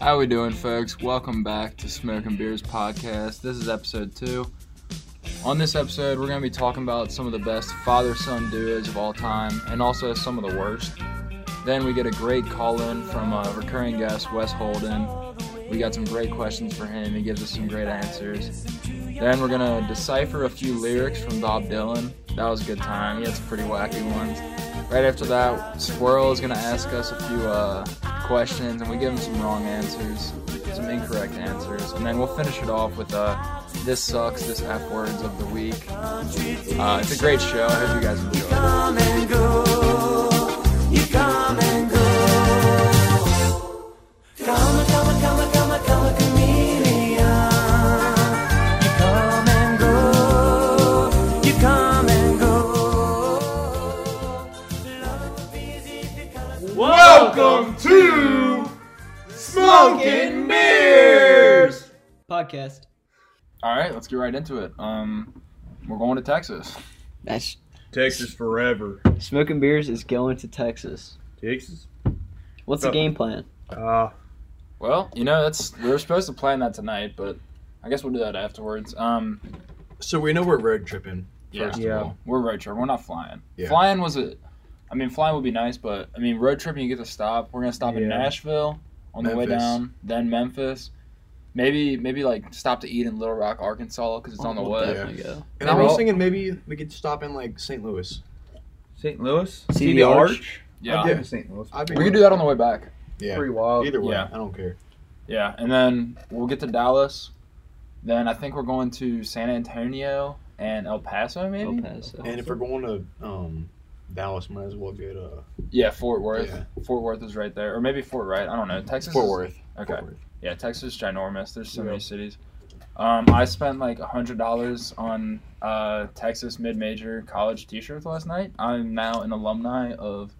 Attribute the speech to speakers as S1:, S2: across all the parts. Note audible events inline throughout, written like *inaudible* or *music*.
S1: How we doing, folks? Welcome back to Smoke and Beers podcast. This is episode two. On this episode, we're going to be talking about some of the best father-son duos of all time, and also some of the worst. Then we get a great call-in from a recurring guest, Wes Holden. We got some great questions for him. He gives us some great answers. Then we're going to decipher a few lyrics from Bob Dylan. That was a good time. He had some pretty wacky ones. Right after that, Squirrel is going to ask us a few uh, questions, and we give him some wrong answers, some incorrect answers. And then we'll finish it off with uh, This Sucks, This F Words of the Week. Uh, it's a great show. I hope you guys enjoy it.
S2: come and go. You come and go. Come, come, come, come, come, chameleon. You come and go. You come and go. Love is if you come.
S3: Welcome to Smoking Beers.
S4: podcast.
S1: All right, let's get right into it. Um, we're going to Texas.
S4: That's
S3: Texas forever.
S4: smoking beers is going to Texas.
S3: Texas.
S4: What's the
S3: Oh.
S4: game plan?
S3: Ah,
S1: Well, you know, that's we were supposed to plan that tonight, but I guess we'll do that afterwards. Um,
S5: So we know we're road tripping.
S1: yeah,
S3: Yeah.
S1: well, we're road trip. We're not flying.
S5: Yeah.
S1: Flying was a, I mean, flying would be nice, but I mean, road tripping you get to stop. We're gonna stop in
S3: Yeah.
S1: Nashville on the way
S5: Memphis.
S1: down, then Memphis. Maybe maybe like stop to eat in Little Rock, Arkansas, because it's on the
S5: Oh,
S4: We'll
S1: way.
S4: definitely go.
S5: And I was thinking maybe we could stop in like St. Louis.
S3: St. Louis.
S4: See
S3: See
S4: the
S3: the
S4: arch?
S3: arch.
S1: Yeah,
S3: I'd go to St. Louis.
S5: I'd be
S1: we could do that on the way back.
S5: Oh, Yeah.
S3: Pretty wild.
S5: Either way,
S1: Yeah.
S5: I don't care.
S1: Yeah, and then we'll get to Dallas. Then I think we're going to San Antonio and El Paso, maybe.
S4: El Paso.
S5: And if we're going to um, Dallas, might as well uh, go to
S1: Yeah, Fort Worth.
S5: Yeah.
S1: Fort Worth is right there, or maybe Fort Wright. I don't know. Texas.
S5: Fort
S1: is-
S5: Worth.
S1: Okay.
S5: Fort Worth.
S1: Yeah, Texas is ginormous. There's so many
S3: Yeah.
S1: cities. Um, I spent like hundred dollars on uh, Texas mid-major college T-shirts last night. I'm now an alumni of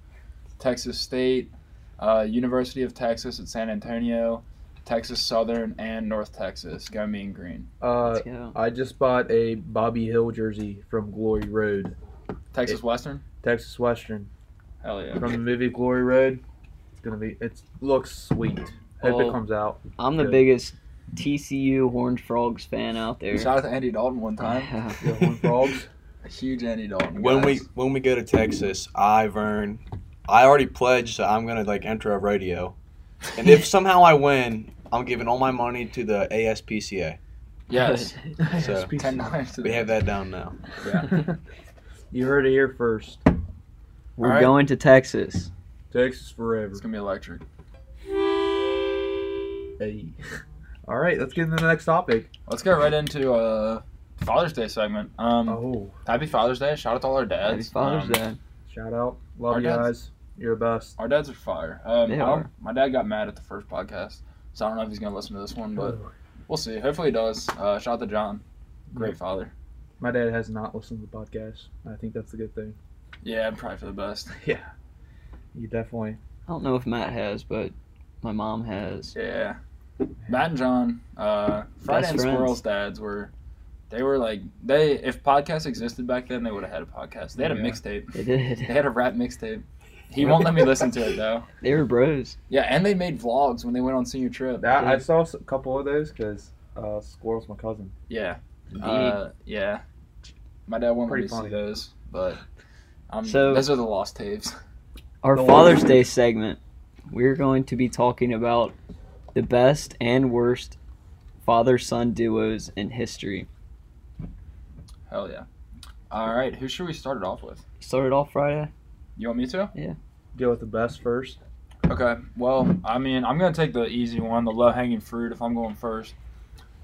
S1: Texas State, uh, University of Texas at San Antonio, Texas Southern, and North Texas. Go mean green.
S3: Uh,
S4: Let's go.
S3: I just bought a Bobby Hill jersey from Glory Road,
S1: Texas Western.
S3: Texas Western,
S1: Hell yeah.
S3: from the movie Glory Road. It's gonna be. It looks sweet. Hope
S4: Oh.
S3: it comes out.
S4: I'm the
S3: Good.
S4: biggest TCU Horned Frogs fan out there. *laughs*
S1: Shout out to Andy Dalton one
S5: *laughs*
S1: time.
S4: Yeah.
S3: Yeah, Horned Frogs.
S1: A huge Andy Dalton.
S5: When we
S1: guys.
S5: when we go to Texas, I've earned. I already pledged, so I'm gonna like enter a radio. *laughs* And *laughs* if somehow I win, I'm giving all my money to the ASPCA.
S4: *laughs*
S1: yes,
S5: *laughs* So,
S1: ten dollars. to
S5: We
S1: the-
S5: have that down now.
S1: Yeah.
S3: you heard it here first.
S4: We're
S1: Alright.
S4: going to Texas.
S3: Texas forever.
S1: It's gonna be electric.
S3: Hey. *laughs* All right, let's get into the next topic.
S1: Let's get right into uh, Father's Day segment. Um,
S3: Oh,
S1: Happy Father's Day! Shout out to all our dads.
S4: Happy Father's
S1: Um,
S4: Day.
S3: shout out,
S1: Our
S3: love you
S1: dads-
S3: guys. You're the best.
S1: Our dads are fire. Um,
S4: They
S1: I don't-
S4: are.
S1: My dad got mad at the first podcast, so I don't know if he's gonna listen to this one, but we'll see. Hopefully he does. Uh, shout out to John, great father.
S3: My dad has not listened to the podcast. I think that's a good thing.
S1: Yeah, probably for the best.
S3: Yeah. You definitely.
S4: I don't know if Matt has, but my
S1: *laughs*
S4: mom has.
S1: Yeah, Matt and John, uh, Friday
S4: Best
S1: and
S4: friends.
S1: Squirrel's dads were. They were like they if podcasts existed back then they would have had a podcast. They had a
S3: Yeah.
S1: mixtape.
S4: They
S1: They
S4: did.
S1: had a rap mixtape.
S4: *laughs*
S1: He won't let me listen to it though.
S4: They were bros.
S1: Yeah, and they made vlogs when they went on senior trip.
S3: I, I saw s- a couple of those because uh, Squirrel's my cousin.
S1: Yeah. Uh, yeah. My dad won't let
S3: Pretty
S1: me see
S3: funny.
S1: those, but um,
S4: So-
S1: those are the lost tapes. *laughs*
S4: Our
S3: Don't
S4: Father's
S3: worry.
S4: Day segment. We're going to be talking about the best and worst father-son duos in history.
S1: Hell yeah. All right, who should we start it off with?
S4: Started off Friday.
S1: You want me to?
S3: Deal with the best first.
S1: Okay. Well, I mean, I'm gonna take the easy one, the low hanging fruit. If I'm going first,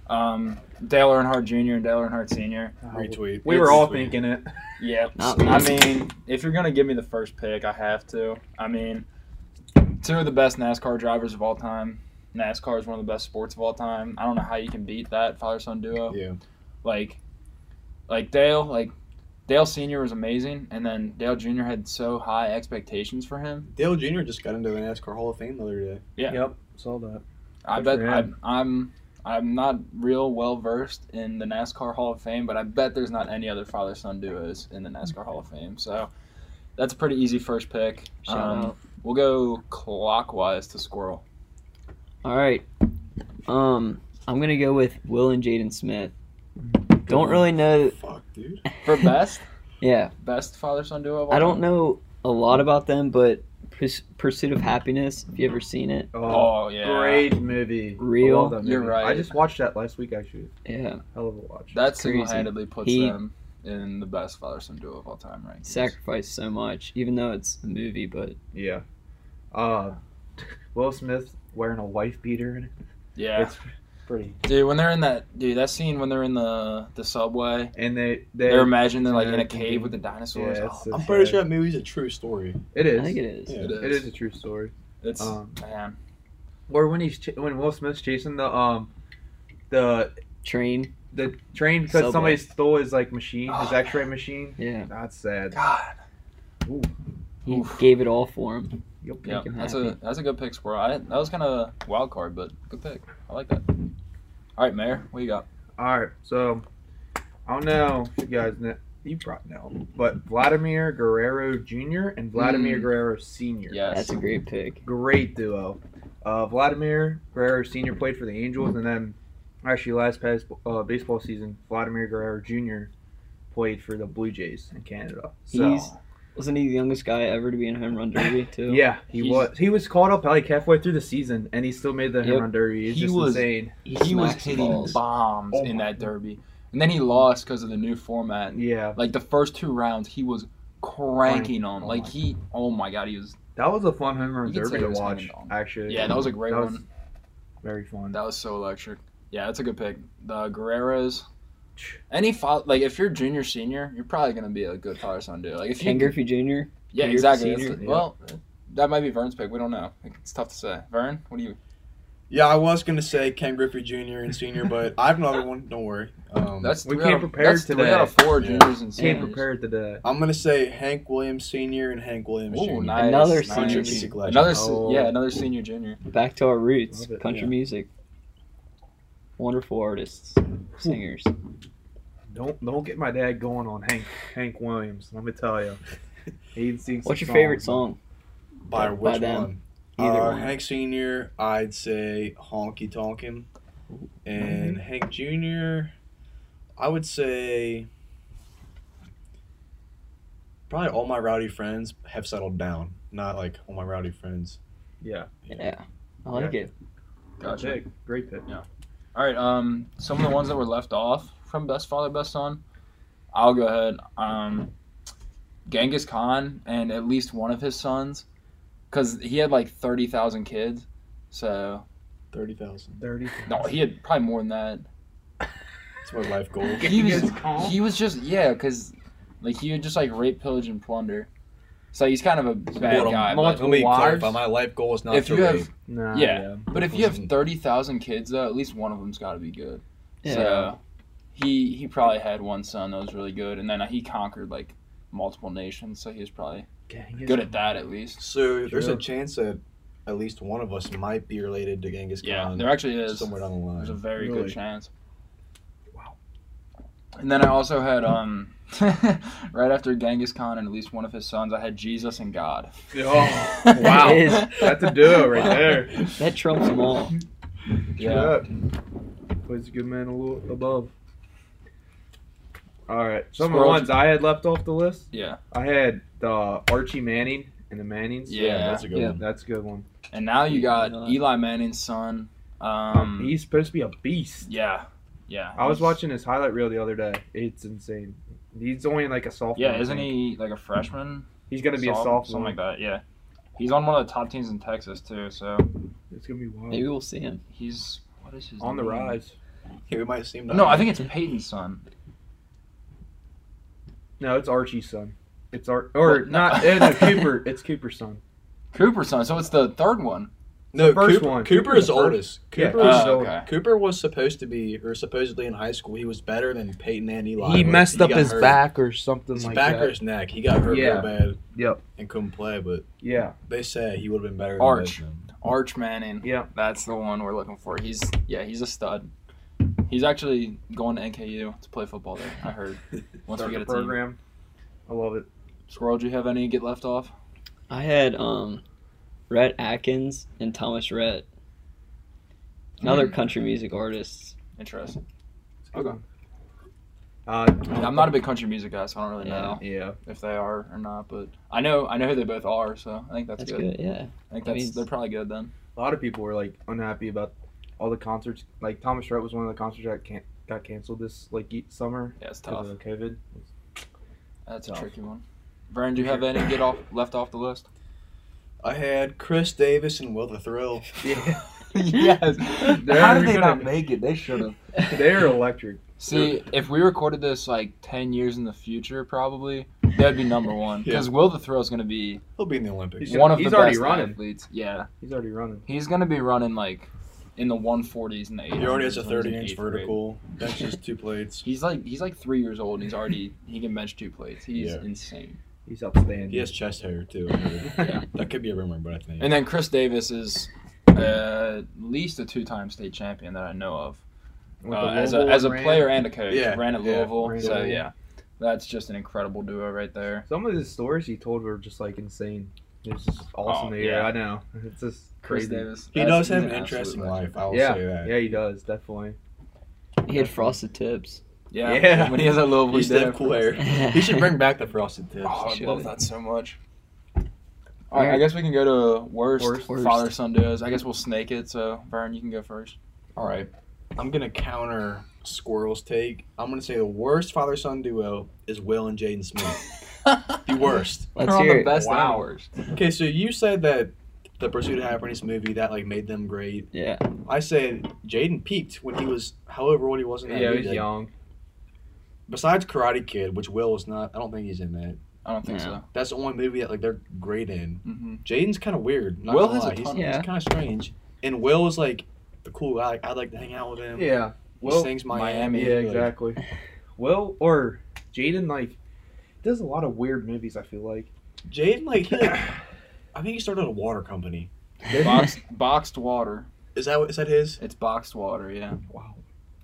S1: um, Dale Earnhardt Jr. and Dale Earnhardt Sr.
S5: Retweet.
S3: We were
S5: It's
S3: all
S5: sweet.
S3: thinking it.
S1: Yeah.
S4: Not
S1: I
S4: me.
S1: mean, if you're gonna give me the first pick, I have to. I mean, two of the best NASCAR drivers of all time. NASCAR is one of the best sports of all time. I don't know how you can beat that father son duo.
S5: Yeah.
S1: like like Dale like Dale Senior was amazing, and then Dale Junior had so high expectations for him.
S5: Dale Jr. just got into the NASCAR Hall of Fame the other day.
S1: Yeah.
S3: Yep. Saw that.
S1: I
S3: Good
S1: bet
S3: for
S1: I,
S3: him.
S1: I'm I'm not real well versed in the NASCAR Hall of Fame, but I bet there's not any other father son duos in the NASCAR Hall of Fame. So that's a pretty easy first pick. Um,
S4: Shout out.
S1: We'll go clockwise to Squirrel.
S4: All right. Um, I'm gonna go with Will and Jaden Smith. Don't
S5: one.
S4: really know.
S5: Fuck, dude.
S1: For *laughs* best,
S4: Yeah,
S1: best father son duo of all
S4: I don't
S1: time?
S4: know a lot about them, but Purs- Pursuit of Happiness. If you ever seen it,
S1: Oh, yeah.
S3: Great movie. I
S4: Real?
S3: love that
S1: You're
S3: movie.
S1: right.
S3: I just watched that last week, actually.
S4: yeah,
S3: Hell of a watch.
S1: That
S4: crazy.
S1: single handedly puts
S4: He-
S1: them in the best father son duo of all time, right?
S4: sacrificed so much, even though it's a movie. But
S3: Yeah. Uh, *laughs* Will Smith wearing a wife beater in it.
S1: Yeah.
S3: It's pretty.
S1: Dude, when they're in that dude, that scene when they're in the the subway,
S3: And they they
S1: they're imagining they're like in a
S3: Yeah,
S1: cave with the dinosaurs.
S3: yeah,
S1: Oh,
S3: it's-
S5: I'm
S3: it's
S5: pretty
S3: sad.
S5: sure that movie's a true story.
S3: It is.
S4: I think it is.
S5: Yeah.
S1: it is.
S3: It is a true story.
S1: It's
S3: Um,
S1: man.
S3: Or when he's ch- when Will Smith's chasing the um the
S4: Train.
S3: the train
S4: Subway.
S3: because somebody stole his like machine,
S4: *sighs*
S3: his
S1: Oh,
S3: X-ray machine.
S4: Yeah,
S3: That's sad.
S1: God.
S3: Ooh.
S4: he
S1: Oof.
S4: gave it all for him.
S3: Yep.
S1: Yeah,
S4: him
S1: that's
S4: happy.
S1: a that's a good pick, Squirrel. I, that was kind of a wild card, but good pick. I like that. All right, Mayor, what you got?
S3: All right. So I don't know if you guys know. You probably know, but Vladimir Guerrero Jr. and Vladimir
S4: Hmm.
S1: Mm.
S3: Guerrero Sr.
S1: Yes.
S4: That's a great pick.
S3: great duo. Uh, Vladimir Guerrero Sr. played for the Angels, and then actually last past uh, baseball season, Vladimir Guerrero Jr. played for the Blue Jays in Canada. So
S4: He's wasn't he the youngest guy ever to be in a home run derby too?
S3: yeah, he
S1: He's-
S3: was he was called up like halfway through the season, and he still made the
S4: Yep.
S3: home run derby. It's
S1: He
S3: just
S1: was-
S3: insane.
S1: He was
S4: smacks
S1: hitting
S4: balls.
S1: bombs
S3: Oh
S1: in
S3: my-
S1: that derby, and then he lost because of the new format.
S3: Yeah,
S1: Like the first two rounds, he was cranking on.
S3: Oh
S1: like
S3: my
S1: he, oh my God, he was.
S3: that was a fun home run
S1: You could say
S3: derby
S1: it
S3: to
S1: was
S3: watch.
S1: hanging on.
S3: Actually,
S1: Yeah, that was a great
S3: was
S1: one.
S3: Very fun.
S1: That was so electric. Yeah, that's a good pick. The Guerreros. Any fa- like if you're junior senior, you're probably gonna be a good father son dude. Like if you
S4: Ken Griffey Jr.
S1: Yeah,
S4: You're
S1: exactly.
S4: senior.
S1: That's the-
S3: Yeah.
S1: Well, that might be Vern's pick. We don't know. It's tough to say. Vern, what do you?
S5: Yeah, I was gonna say Ken Griffey Jr. and
S1: *laughs*
S5: Senior, but I have another one. Don't worry. Um,
S1: That's
S3: We
S1: three out
S3: came
S1: of,
S3: prepared
S1: that's three
S3: today.
S1: out of four
S5: Yeah.
S1: juniors and
S3: Came
S1: seniors.
S3: prepared today.
S5: I'm gonna say Hank Williams Sr. and Hank Williams
S1: Ooh,
S5: Jr.
S1: nice.
S4: Another
S1: nice.
S5: Future
S4: senior.
S5: music legend.
S1: Another, se-
S3: Oh.
S1: yeah, another senior junior.
S4: Back to our roots,
S3: Love it,
S4: country
S5: yeah.
S4: music. Wonderful artists, singers.
S3: Don't don't get my dad going on Hank Hank Williams. Let me tell you, he sings.
S4: What's your favorite song?
S5: *laughs* by
S4: By
S5: which
S4: them.
S5: one?
S4: Either
S5: uh,
S4: one.
S5: Hank Senior, I'd say Honky Tonkin,
S1: Mm-hmm.
S5: and Hank Junior, I would say probably all my rowdy friends have settled down. Not like all my rowdy friends.
S3: Yeah,
S4: Yeah, I like
S3: Yeah.
S4: it.
S1: Gotcha.
S3: Good pick. Great pick.
S1: All right. Um, some of the ones that were left off from Best Father, Best Son. I'll go ahead. Um, Genghis Khan and at least one of his sons, because he had like thirty thousand kids. So
S5: Thirty thousand.
S3: Thirty.
S1: no, he had probably more than that.
S5: That's my life goal.
S1: *laughs* he was,
S3: Genghis Khan?
S1: he was just yeah, cause like he would just like rape, pillage, and plunder. So he's kind of a bad
S5: Well,
S1: guy.
S3: multi-
S1: But,
S5: Let me
S3: Wives?
S5: clarify. My life goal is not
S1: If
S5: to
S1: you have-
S5: rape.
S3: Nah,
S1: Yeah. but if you have
S5: Listen.
S1: thirty thousand kids though, at least one of them's got to be good.
S4: Yeah.
S1: So he he probably had one son that was really good, and then uh, he conquered like multiple nations, so he was probably
S3: Genghis
S1: good at that at least.
S5: So there's a
S3: Sure.
S5: chance that at least one of us might be related to Genghis
S1: Yeah,
S5: Khan.
S1: there actually is.
S5: somewhere down the
S1: There's a
S5: line.
S1: very good
S3: Really?
S1: chance.
S3: Wow.
S1: And then I also had um, *laughs* right after Genghis Khan and at least one of his sons, I had Jesus and God. *laughs*
S3: Oh, wow.
S4: It is.
S3: That's a duo right there.
S4: That trumps them all.
S1: Yeah.
S3: Plays a good man a little above. All right. Some of the
S1: Squirrel-
S3: ones I had left off the list.
S1: Yeah.
S3: I had uh, Archie Manning and the Mannings.
S1: Yeah.
S5: that's a good
S4: Yeah.
S5: one.
S3: That's a good one.
S1: And now you got
S4: Yeah.
S1: Eli Manning's son. Um,
S3: He's supposed to be a beast.
S1: yeah, yeah.
S3: I was
S1: He's-
S3: watching his highlight reel the other day. It's insane. He's only like a sophomore.
S1: Yeah,
S3: I
S1: isn't
S3: think.
S1: he like a freshman?
S3: He's gonna be a
S1: Soph-
S3: sophomore.
S1: Something like that. Yeah. He's on one of the top teams in Texas too, so
S3: It's gonna be wild. Mm-hmm.
S4: Maybe we'll see him.
S1: he's what is his
S3: On the
S1: name?
S3: rise.
S5: Yeah, we might seem.
S1: No, I think it's Peyton's son.
S3: No, it's Archie's son. It's Ar or
S1: Well, no.
S3: not. eh, no, Cooper. It's Cooper's son.
S1: Cooper's son. So it's the third one.
S5: no.
S3: first
S5: Cooper,
S3: one.
S5: Cooper
S3: Cooper's
S5: is
S3: the
S5: oldest.
S3: Yeah,
S5: Cooper,
S3: Cooper's
S5: was,
S1: Oh,
S3: old.
S1: okay.
S5: Cooper was supposed to be, or supposedly in high school, he was better than Peyton and Eli.
S3: He
S5: but
S3: messed up
S5: got
S3: his
S5: hurt.
S3: back or something
S5: His
S3: like
S5: back or
S3: that.
S5: his neck. He got hurt
S3: Yeah.
S5: real bad.
S3: Yep.
S5: And couldn't play, but
S3: Yeah.
S5: they said he would have been better.
S1: Arch.
S5: Than both of them.
S1: Arch Manning.
S3: Yeah.
S1: That's the one we're looking for. He's yeah, he's a stud. He's actually going to NKU to play football there. I
S3: *laughs*
S1: heard. Once we
S3: Start
S1: get
S3: the
S1: a team.
S3: program. I love it.
S1: Squirrel, do you have any get left off?
S4: I had um, Rhett Atkins and Thomas Rhett. and other country music artists.
S1: Interesting.
S5: Okay.
S3: Uh,
S1: Yeah, I'm not a big country music guy, so I don't really
S4: Yeah.
S1: know
S3: yeah.
S1: if they are or not. But I know I know who they both are, so I think that's,
S4: That's
S1: good.
S4: good. Yeah.
S1: I think
S4: That
S1: that's
S4: means-
S1: they're probably good then.
S3: A lot of people were like unhappy about all the concerts. Like Thomas Rhett was one of the concerts that can- got canceled this like e- summer
S1: Yeah, it's tough.
S3: because of
S1: *laughs*
S3: COVID.
S1: That's a
S3: tough.
S1: tricky one. Vern, do you have any get off left off the list?
S5: I had Chris Davis and Will the
S3: *laughs*
S5: Thrill.
S3: Yeah,
S1: *laughs* yes.
S3: They're-
S1: How did they not
S3: should've-
S1: make it? They should have.
S3: they're electric.
S1: See, if we recorded this like ten years in the future, probably that'd be *laughs* number one. Because Will the Thrill is going to be
S5: He'll be in the Olympics.
S3: He's
S1: one of
S3: he's
S1: the
S3: already
S1: best
S3: running.
S1: athletes. Yeah,
S3: He's already running.
S1: he's going to be running like in the 140s and the 800s.
S5: He already has a
S1: when he's in
S5: 30 inch
S1: eighth grade.
S5: vertical. That's just two plates.
S1: He's like he's like three years old and he's already he can bench two plates. He's
S5: Yeah.
S1: insane.
S3: He's outstanding. *laughs*
S5: He has chest hair too.
S3: Yeah.
S5: That could be a rumor, but I think.
S1: And then Chris Davis is uh, at least a two-time state champion that I know of.
S3: With
S1: Uh,
S3: the
S1: as a
S3: Louisville
S1: as a
S3: brand.
S1: player and a coach,
S5: Yeah,
S1: ran at
S5: yeah,
S1: Louisville.
S3: ran at
S1: so
S3: Louisville.
S1: yeah, that's just an incredible duo right there.
S3: Some of the stories he told were just like insane. It was just awesome
S1: Oh,
S3: to hear.
S1: yeah.
S3: I know. It's just
S1: Chris
S3: crazy.
S1: Davis.
S5: he
S1: that's-
S5: does
S1: he's
S5: have
S1: an
S5: an
S1: absolute
S5: interesting
S1: legend.
S5: life. I will
S3: Yeah.
S5: say that.
S3: Yeah, he does definitely.
S4: He had frosted tips.
S1: Yeah. *laughs*
S3: Yeah.
S1: When he has a Louisville,
S5: He's
S1: he did
S5: the
S1: have-
S5: cool hair.
S1: *laughs*
S5: He should bring back the frosted *laughs* tips.
S1: Oh, I
S4: Should.
S1: love that so much. All right, I guess we can go to worst,
S3: Worst.
S1: father son duos. I guess we'll snake it. So Vern, you can go
S5: *laughs*
S1: first.
S5: All right. I'm going to counter Squirrel's take. I'm going to say the worst father son duo is Will and Jaden Smith. *laughs* the worst.
S4: Let's
S1: They're on
S4: hear
S1: the
S4: it.
S1: best
S5: Wow.
S1: and worst.
S5: Okay, so you said that the Pursuit of Happiness movie that like made them great.
S4: Yeah.
S5: I said Jaden peaked when he was however old he was in that
S3: Yeah,
S5: movie.
S3: he's
S5: Like,
S3: young.
S5: Besides Karate Kid, which Will is not. I don't think he's in that.
S1: I don't think
S4: Yeah.
S1: so.
S5: That's the only movie that like they're great in.
S1: hmm
S5: Jaden's kind of weird. Not
S1: Will
S5: gonna
S1: has a
S5: lie. he's,
S1: ton-
S4: Yeah.
S5: kind of strange, and Will is like the cool guy. Like, I'd like to hang out with him.
S3: Yeah.
S5: he
S3: Well,
S5: sings Miami.
S1: Miami,
S5: like-
S3: Yeah, exactly. Will or Jaden like does a lot of weird movies. I feel like
S5: Jaden, like, he, like, I think he started a water company.
S1: Boxed, boxed water.
S5: Is that what- is that his?
S1: It's boxed water. Yeah.
S3: wow.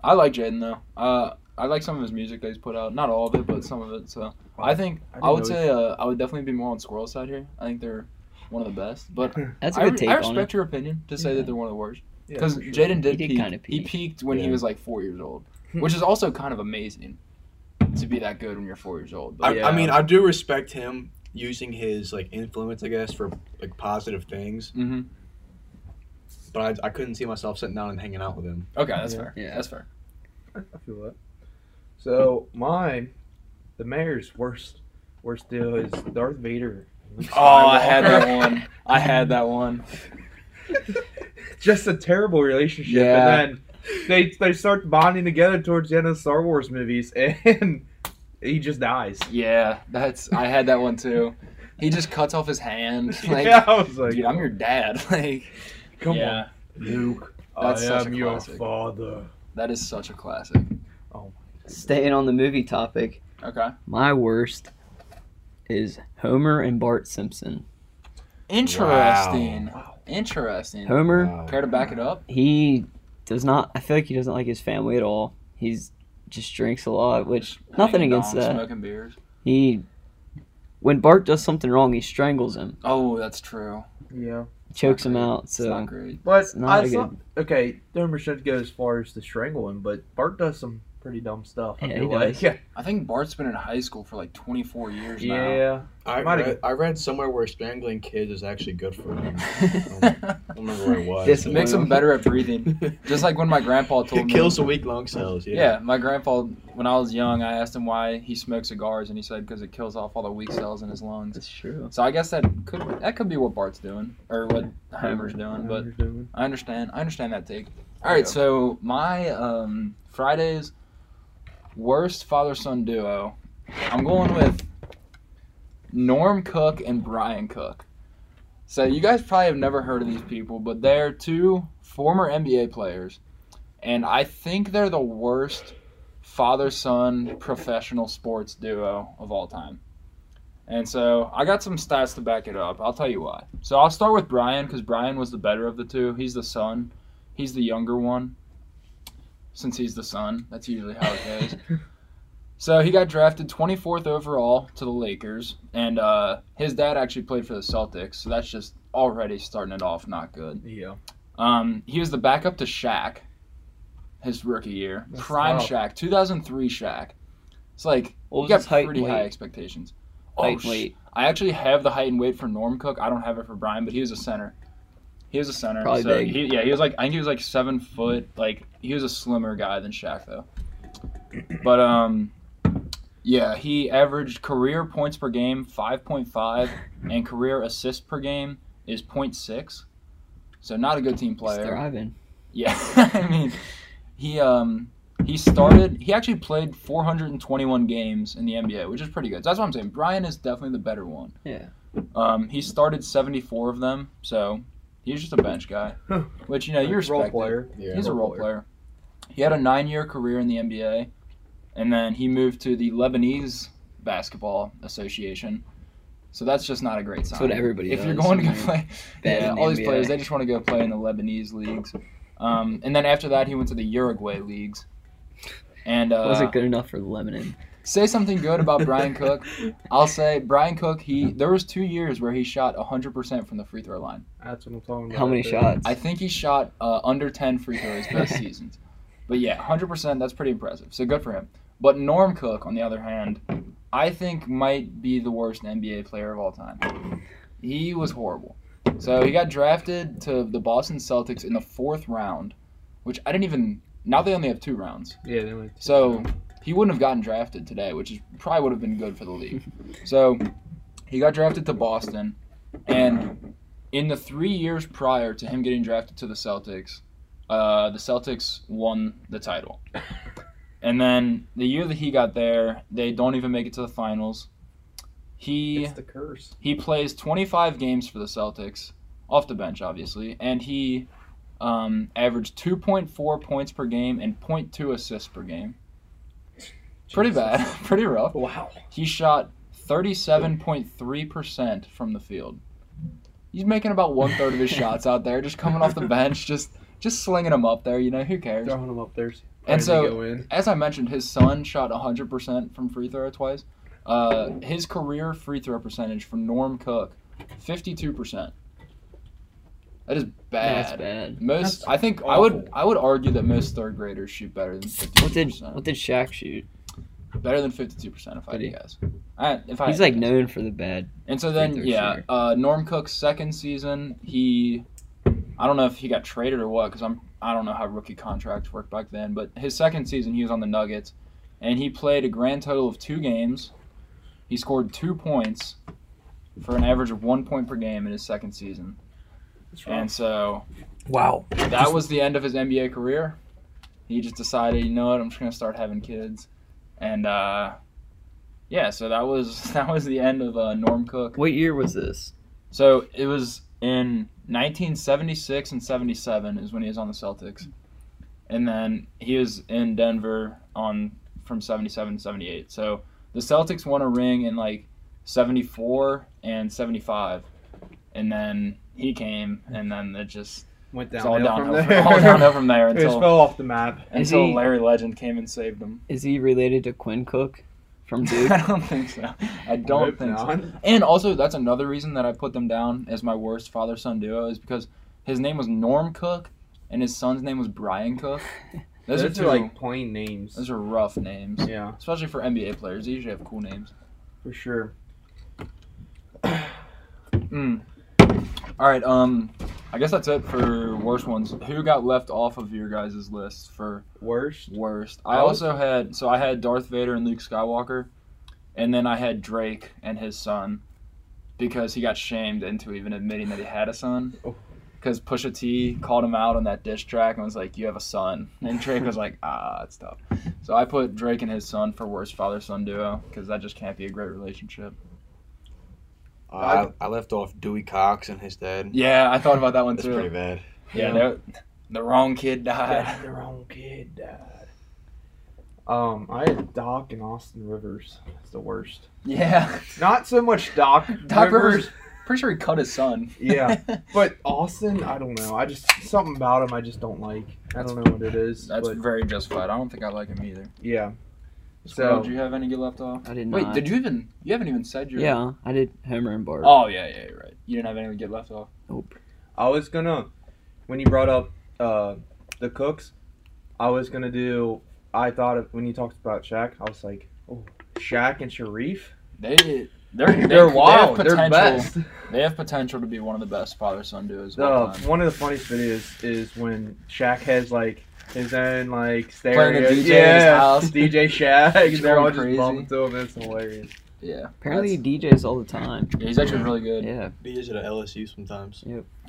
S1: I like Jaden though. Uh, I like some of his music that he's put out. Not all of it, but some of it. So I think I,
S3: I didn't know
S1: would
S3: he-
S1: say uh, I would definitely be more on Squirrel's side here. I think they're one of the best. *laughs* But
S4: That's a
S1: I,
S4: good
S1: re-
S4: take
S1: I
S4: on
S1: respect
S4: it.
S1: your opinion to say
S4: Yeah.
S1: that they're one of the worst.
S3: Yeah,
S1: Because
S3: for sure.
S1: Jaden did,
S4: He did
S1: peak.
S4: kinda
S1: He
S4: peak.
S1: peaked when he
S5: Yeah.
S1: was like four years old, which is also kind of amazing to be that good when you're four years old.
S5: I,
S1: But
S3: Yeah.
S5: I mean, I do respect him using his like influence, I guess, for like positive things.
S1: hmm
S5: But I, I couldn't see myself sitting down and hanging out with him.
S1: okay, that's
S3: Yeah.
S1: fair.
S4: Yeah.
S1: That's fair.
S3: *laughs* I feel that. So mine, the mayor's worst worst deal is Darth Vader.
S1: *laughs* Oh, I had that one. I had that one.
S3: *laughs* Just a terrible relationship,
S1: Yeah.
S3: and then they they start bonding together towards the end of the Star Wars movies, *laughs* and he just dies.
S1: *laughs* Yeah, that's. I had that one too. He just cuts off his *laughs* hand. Like,
S3: *laughs* yeah, I was like,
S1: dude, I'm your dad. *laughs* Like,
S3: come
S1: yeah,
S3: on, Luke.
S1: That's
S3: I
S1: such
S3: am
S1: a
S3: your
S1: classic.
S3: father.
S1: that is such a classic.
S4: Staying on the movie topic,
S1: Okay.
S4: my worst is Homer and Bart Simpson.
S1: Interesting. Interesting.
S4: Homer,
S1: Care to back it up?
S4: he does not. I feel like he doesn't like his family at all. He's just drinks a lot, Uh, which nothing
S1: Hanging
S4: against
S1: dong,
S4: that.
S1: Smoking beers.
S4: He, when Bart does something wrong, he strangles him,
S1: Oh, that's true.
S3: Yeah,
S4: chokes him
S1: great.
S4: out.
S1: It's not
S4: So
S1: great.
S3: but
S4: not
S3: I
S4: a
S3: saw-
S4: good-
S3: okay, Homer should go as far as to strangle him, but Bart does some pretty dumb stuff. I
S4: Yeah,
S3: feel
S4: he
S3: like. *laughs*
S1: *laughs*
S4: does.
S3: Yeah,
S1: I think Bart's been in high school for like 24 years now.
S3: yeah.
S5: I
S3: Might have-
S5: read, I read somewhere where strangling kids is actually good for them. I
S1: Yeah.
S5: don't remember where it was.
S4: This
S5: but-
S1: *laughs* Makes him better at breathing. Just like when my grandpa told
S5: *laughs* it
S1: me.
S5: kills the weak lung cells.
S1: Yeah.
S5: Yeah.
S1: my grandpa, when I was young, I asked him why he smoked cigars, and he said because it kills off all the weak cells in his lungs.
S4: that's true.
S1: So I guess that could that could be what Bart's doing or what Homer's doing, but I understand. I understand that take. All right,
S5: Yeah.
S1: so my um, Friday's worst father son duo. I'm going with Norm Cook and Brian Cook. So you guys probably have never heard of these people, but they're two former NBA players, and I think they're the worst father son professional sports duo of all time. And so I got some stats to back it up. I'll tell you why. So I'll start with Brian because Brian was the better of the two. He's the son, he's the younger one. Since he's the son, that's usually how it goes.
S4: *laughs*
S1: so he got drafted 24th overall to the Lakers, and uh, his dad actually played for the Celtics, so that's just already starting it off not good.
S3: yeah.
S1: Um, he was the backup to Shaq his rookie year.
S3: That's
S1: Prime
S3: wild.
S1: Shaq, 2003 Shaq. It's like
S4: What
S1: you
S4: was
S1: got
S4: his height
S1: pretty
S4: and
S1: high
S4: weight?
S1: expectations. Oh,
S4: Height and
S1: sh-
S4: weight.
S1: I actually have the height and weight for Norm Cook. I don't have it for Brian, but he was a center. He was a center.
S4: Probably
S1: so
S4: big.
S1: He, yeah, he was like I think he was like seven foot. Like he was a slimmer guy than Shaq
S4: *clears throat*
S1: though. But um, yeah, he averaged career points per game
S4: *laughs*
S1: 5.5, and career assists per game is 0.6. So not a good team
S4: He's
S1: player.
S4: thriving.
S1: Yeah, *laughs* I mean, he um he started. He actually played 421 games in the NBA, which is pretty good. So that's what I'm saying. Brian is definitely the better one.
S4: Yeah.
S1: Um, he started 74 of them, so he's just a bench guy,
S3: Huh.
S1: which you know you respect.
S3: role
S1: it.
S3: player.
S5: Yeah.
S1: He's a
S3: Role
S1: role player. He had a nine-year career in the NBA, and then he moved to the Lebanese Basketball Association. So that's just not a great sign.
S4: That's what everybody
S1: if you're
S4: does.
S1: going to go
S4: I mean, *laughs*
S1: play,
S4: bad
S1: yeah,
S4: in the
S1: all these
S4: NBA.
S1: players they just want to go play in the Lebanese leagues. Um, and then after that, he went to the Uruguay leagues.
S4: *laughs*
S1: And uh,
S4: wasn't good enough for Lebanon.
S1: say something good about Brian
S4: *laughs*
S1: Cook. I'll say Brian Cook. He there was two years where he shot 100 percent from the free throw line.
S3: That's what I'm talking about.
S4: How many
S3: there.
S4: shots?
S1: I think he shot uh, under 10 free throws both seasons. But yeah, 100%, that's pretty impressive. So good for him. But Norm Cook, on the other hand, I think might be the worst NBA player of all time. He was horrible. So he got drafted to the Boston Celtics in the fourth round, which I didn't even. Now they only have two rounds.
S3: Yeah, they went.
S1: So he wouldn't have gotten drafted today, which is probably would have been good for the
S6: *laughs*
S1: league. So he got drafted to Boston, and in the three years prior to him getting drafted to the Celtics, uh, the Celtics won the
S6: *laughs*
S1: title. And then the year that he got there, they don't even make it to the finals. He
S6: It's the curse.
S1: he plays 25 games for the Celtics, off the bench, obviously, and he um, averaged 2.4 points per game and 0.2 assists per game. Pretty bad, *laughs* pretty rough.
S6: Wow.
S1: He shot 37.3% from the field. He's making about one third of his shots out there, just coming off the bench, just just slinging them up there. You know who cares?
S3: Throwing them up there. so-
S1: And
S3: Ready to
S1: so-
S3: go in.
S1: As I mentioned, his son shot 100% from free throw twice. Uh, his career free throw percentage from Norm Cook, 52%. That is bad.
S4: That's bad.
S1: Most,
S6: That's
S1: I think I would
S6: awful.
S1: I would argue that most third graders shoot better than 52%.
S4: What did what did Shaq shoot?
S1: better than 52% if I
S4: Did he?
S1: had to guess. I, if I
S4: He's
S1: had to
S4: like
S1: guess.
S4: known for the bad.
S1: And so then,
S4: throw
S1: yeah,
S4: shooter.
S1: uh, Norm Cook's second season, he, I don't know if he got traded or what, because I'm, I don't know how rookie contracts work back then. But his second season, he was on the Nuggets, and he played a grand total of two games. He scored two points for an average of one point per game in his second season. And so
S6: Wow.
S1: that was the end of his NBA career. He just decided, you know what, I'm just gonna start having kids, and uh, yeah, so that was *laughs* that was the end of uh, Norm Cook.
S4: What year was this?
S1: So it was in 1976 and 77 is when he was on the Celtics, and then he was in Denver on from 77 to 78. So the Celtics won a ring in like 74 and 75, and then he came, and then it just
S3: Went
S1: it's
S3: down.
S1: all downhill,
S3: from
S1: from *laughs*
S3: there.
S1: all
S3: *laughs*
S1: downhill from there
S3: It just
S1: until
S3: fell off the map.
S4: Is
S1: until
S4: he-
S1: Larry Legend came and saved him. *laughs*
S4: Is he related to Quinn Cook from Duke?
S1: I don't think so. I don't
S3: Moved
S1: think so.
S3: on.
S1: And also, that's another reason that I put them down as my worst father son duo is because his name was Norm Cook and his son's name was Brian Cook. Those,
S3: Those,
S1: are two,
S3: are like plain names.
S1: those are rough names,
S3: yeah,
S1: especially for NBA players. They usually have cool names.
S3: for sure.
S1: Mm. All right, um, I guess that's it for worst ones. Who got left off of your guys' list for
S3: Worst.
S1: worst? I
S3: I was-
S1: also had so I had Darth Vader and Luke Skywalker, and then I had Drake and his son because he got shamed into even admitting that he had a son.
S3: Oh.
S1: Because Pusha T called him out on that diss track and was like, "You have a son," and Drake was like, "Ah, that's tough." So I put Drake and his son for worst father-son duo because that just can't be a great relationship.
S5: Uh, I, I left off Dewey Cox and his dad.
S1: Yeah, I thought about that one
S5: That's pretty
S1: too.
S5: bad.
S1: Yeah, that- the wrong kid died.
S3: Their own kid died. Um, I had Doc and Austin Rivers. That's the worst.
S1: *laughs* Yeah,
S3: Not so much Doc.
S1: *laughs* Doc Rivers. Pretty sure he cut his son. *laughs*
S3: Yeah. But Austin, I don't know. I just something about him I just don't like. I don't know what it is.
S1: That's
S3: but
S1: very justified. I don't think I like him either.
S3: yeah.
S1: So,
S3: So-
S1: do you have any get left off?
S4: I did not.
S1: Wait, did you even? You haven't even said your.
S4: Yeah, I did Homer and Bart.
S1: Oh yeah, yeah, you're right. You didn't have any get left off.
S4: Nope.
S3: I was gonna when you brought up uh, the Cooks, I was gonna do. I thought of, when you talked about Shaq, I was like, oh, Shaq and Sharif.
S1: They they're they-
S3: They're wild.
S1: They
S3: They're
S1: have potential.
S3: best.
S1: They have potential to be one of the best father son duos. of all
S3: Uh,
S1: time.
S3: one of the funniest videos is when Shaq has like his own like
S1: Playing the DJ
S3: stereo.
S1: in his
S3: yeah, *laughs*
S1: house.
S3: DJ Shaq. and they're all
S1: Going
S3: just
S1: crazy.
S3: bumping to him. It's hilarious.
S1: Yeah,
S4: Apparently,
S1: that's-
S4: he DJs all the time.
S1: yeah, he's actually really good.
S4: Yeah.
S5: DJs at LSU sometimes.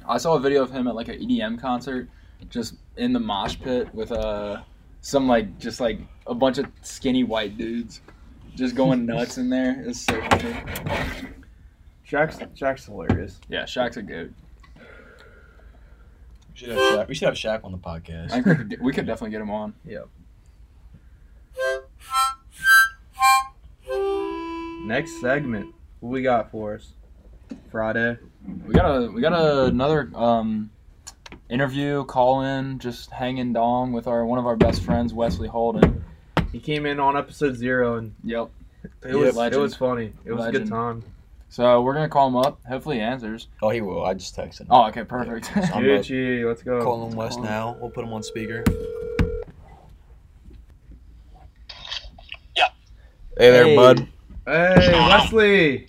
S1: I saw a video of him at like an EDM concert, just in the mosh pit with uh some like just like a bunch of skinny white dudes, just
S4: *laughs*
S1: going nuts in there. It's so funny.
S3: Shaq's Shaq's hilarious.
S1: Yeah, Shaq's a goat.
S5: We should have Shaq, we should have Shaq on the podcast.
S1: I think we could, we could definitely get him on.
S3: Next segment, what we got for us? Friday.
S1: We got a we got a, another um interview call in, just hanging dong with our one of our best friends Wesley Holden.
S3: He came in on episode zero, and
S1: Yep.
S3: it
S1: Yeah,
S3: was it
S1: legend.
S3: was funny. It was a good
S1: Legend.
S3: time.
S1: So we're gonna call him up. Hopefully he answers.
S5: Oh, he will. I just texted him.
S1: Oh, okay, perfect. *laughs*
S5: Yeah. I'm up.
S3: Gucci, let's go.
S5: Call him West
S4: Call him.
S5: now. We'll put him on speaker.
S6: Yeah.
S5: Hey there,
S4: Hey.
S5: bud.
S3: Hey, Wesley.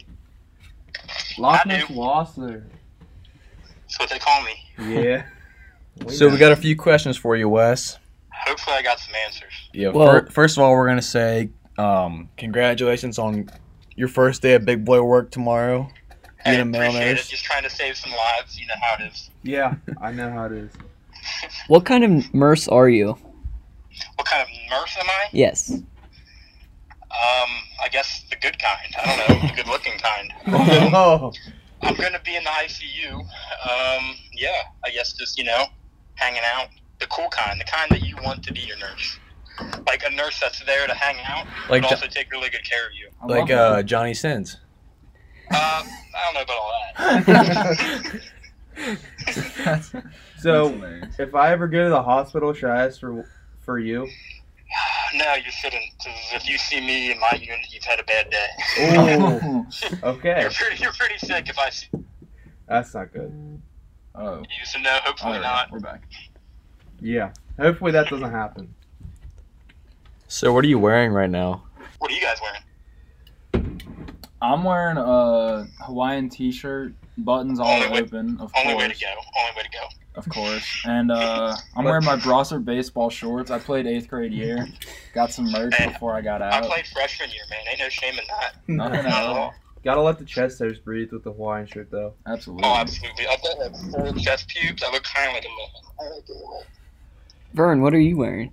S3: Loch
S6: I
S3: Ness
S6: do.
S3: Wassler.
S6: That's what they call me.
S3: Yeah.
S5: So we got a few questions for you, Wes.
S6: Hopefully, I got some answers.
S5: Yeah.
S4: Well-
S5: fir- first of all, we're gonna say um, congratulations on your first day of big boy work tomorrow. Being
S6: Hey,
S5: a male
S6: appreciate
S5: nurse.
S6: it. Just trying to save some lives. You know how it is.
S3: Yeah, I know how
S1: *laughs*
S3: it is.
S4: What kind of nurse are you?
S6: What kind of nurse am I?
S4: Yes.
S6: Um, I guess the good kind. I don't know, the good-looking kind.
S5: *laughs*
S6: Um,
S3: oh,
S6: I'm gonna be in the ICU. Um, yeah, I guess just you know, hanging out. The cool kind, the kind that you want to be your nurse. Like a nurse that's there to hang out,
S5: Like
S6: but
S5: Jo-
S6: also take really good care of you.
S1: I
S5: like
S1: love *laughs*
S5: uh, *laughs* Johnny Sins.
S6: Uh, I don't know about all that. *sighs*
S1: that. That's
S3: *laughs* so
S1: hilarious.
S3: if I ever go to the hospital, should I ask for for you?
S6: No, you shouldn't. 'cause if you see me in my unit, you've had a bad day.
S3: Oh, okay.
S6: You're pretty, you're pretty sick if I see
S3: That's not good.
S1: oh.
S6: you. So no, hopefully
S1: All right,
S6: not.
S1: we're back.
S3: Yeah. Hopefully that doesn't happen.
S5: So what are you wearing right now?
S6: What are you guys wearing?
S1: I'm wearing a Hawaiian t-shirt, buttons all
S6: Only way-
S1: open, of
S6: Only way
S1: course,
S6: to go. Only way to go.
S1: of course. And uh, I'm wearing my Brosser baseball shorts. I played eighth grade year, got some merch
S6: Hey,
S1: before I got
S6: I
S3: Uh,
S1: out.
S6: played freshman year, man. Ain't no shame in that.
S1: *laughs* Nothing at all.
S3: *laughs* Gotta let the chest hairs breathe with the Hawaiian shirt though.
S1: Absolutely.
S6: Oh, absolutely. I've got like full chest pubes. I look kind of like a man. *laughs* I look like
S4: Vern, what are you wearing?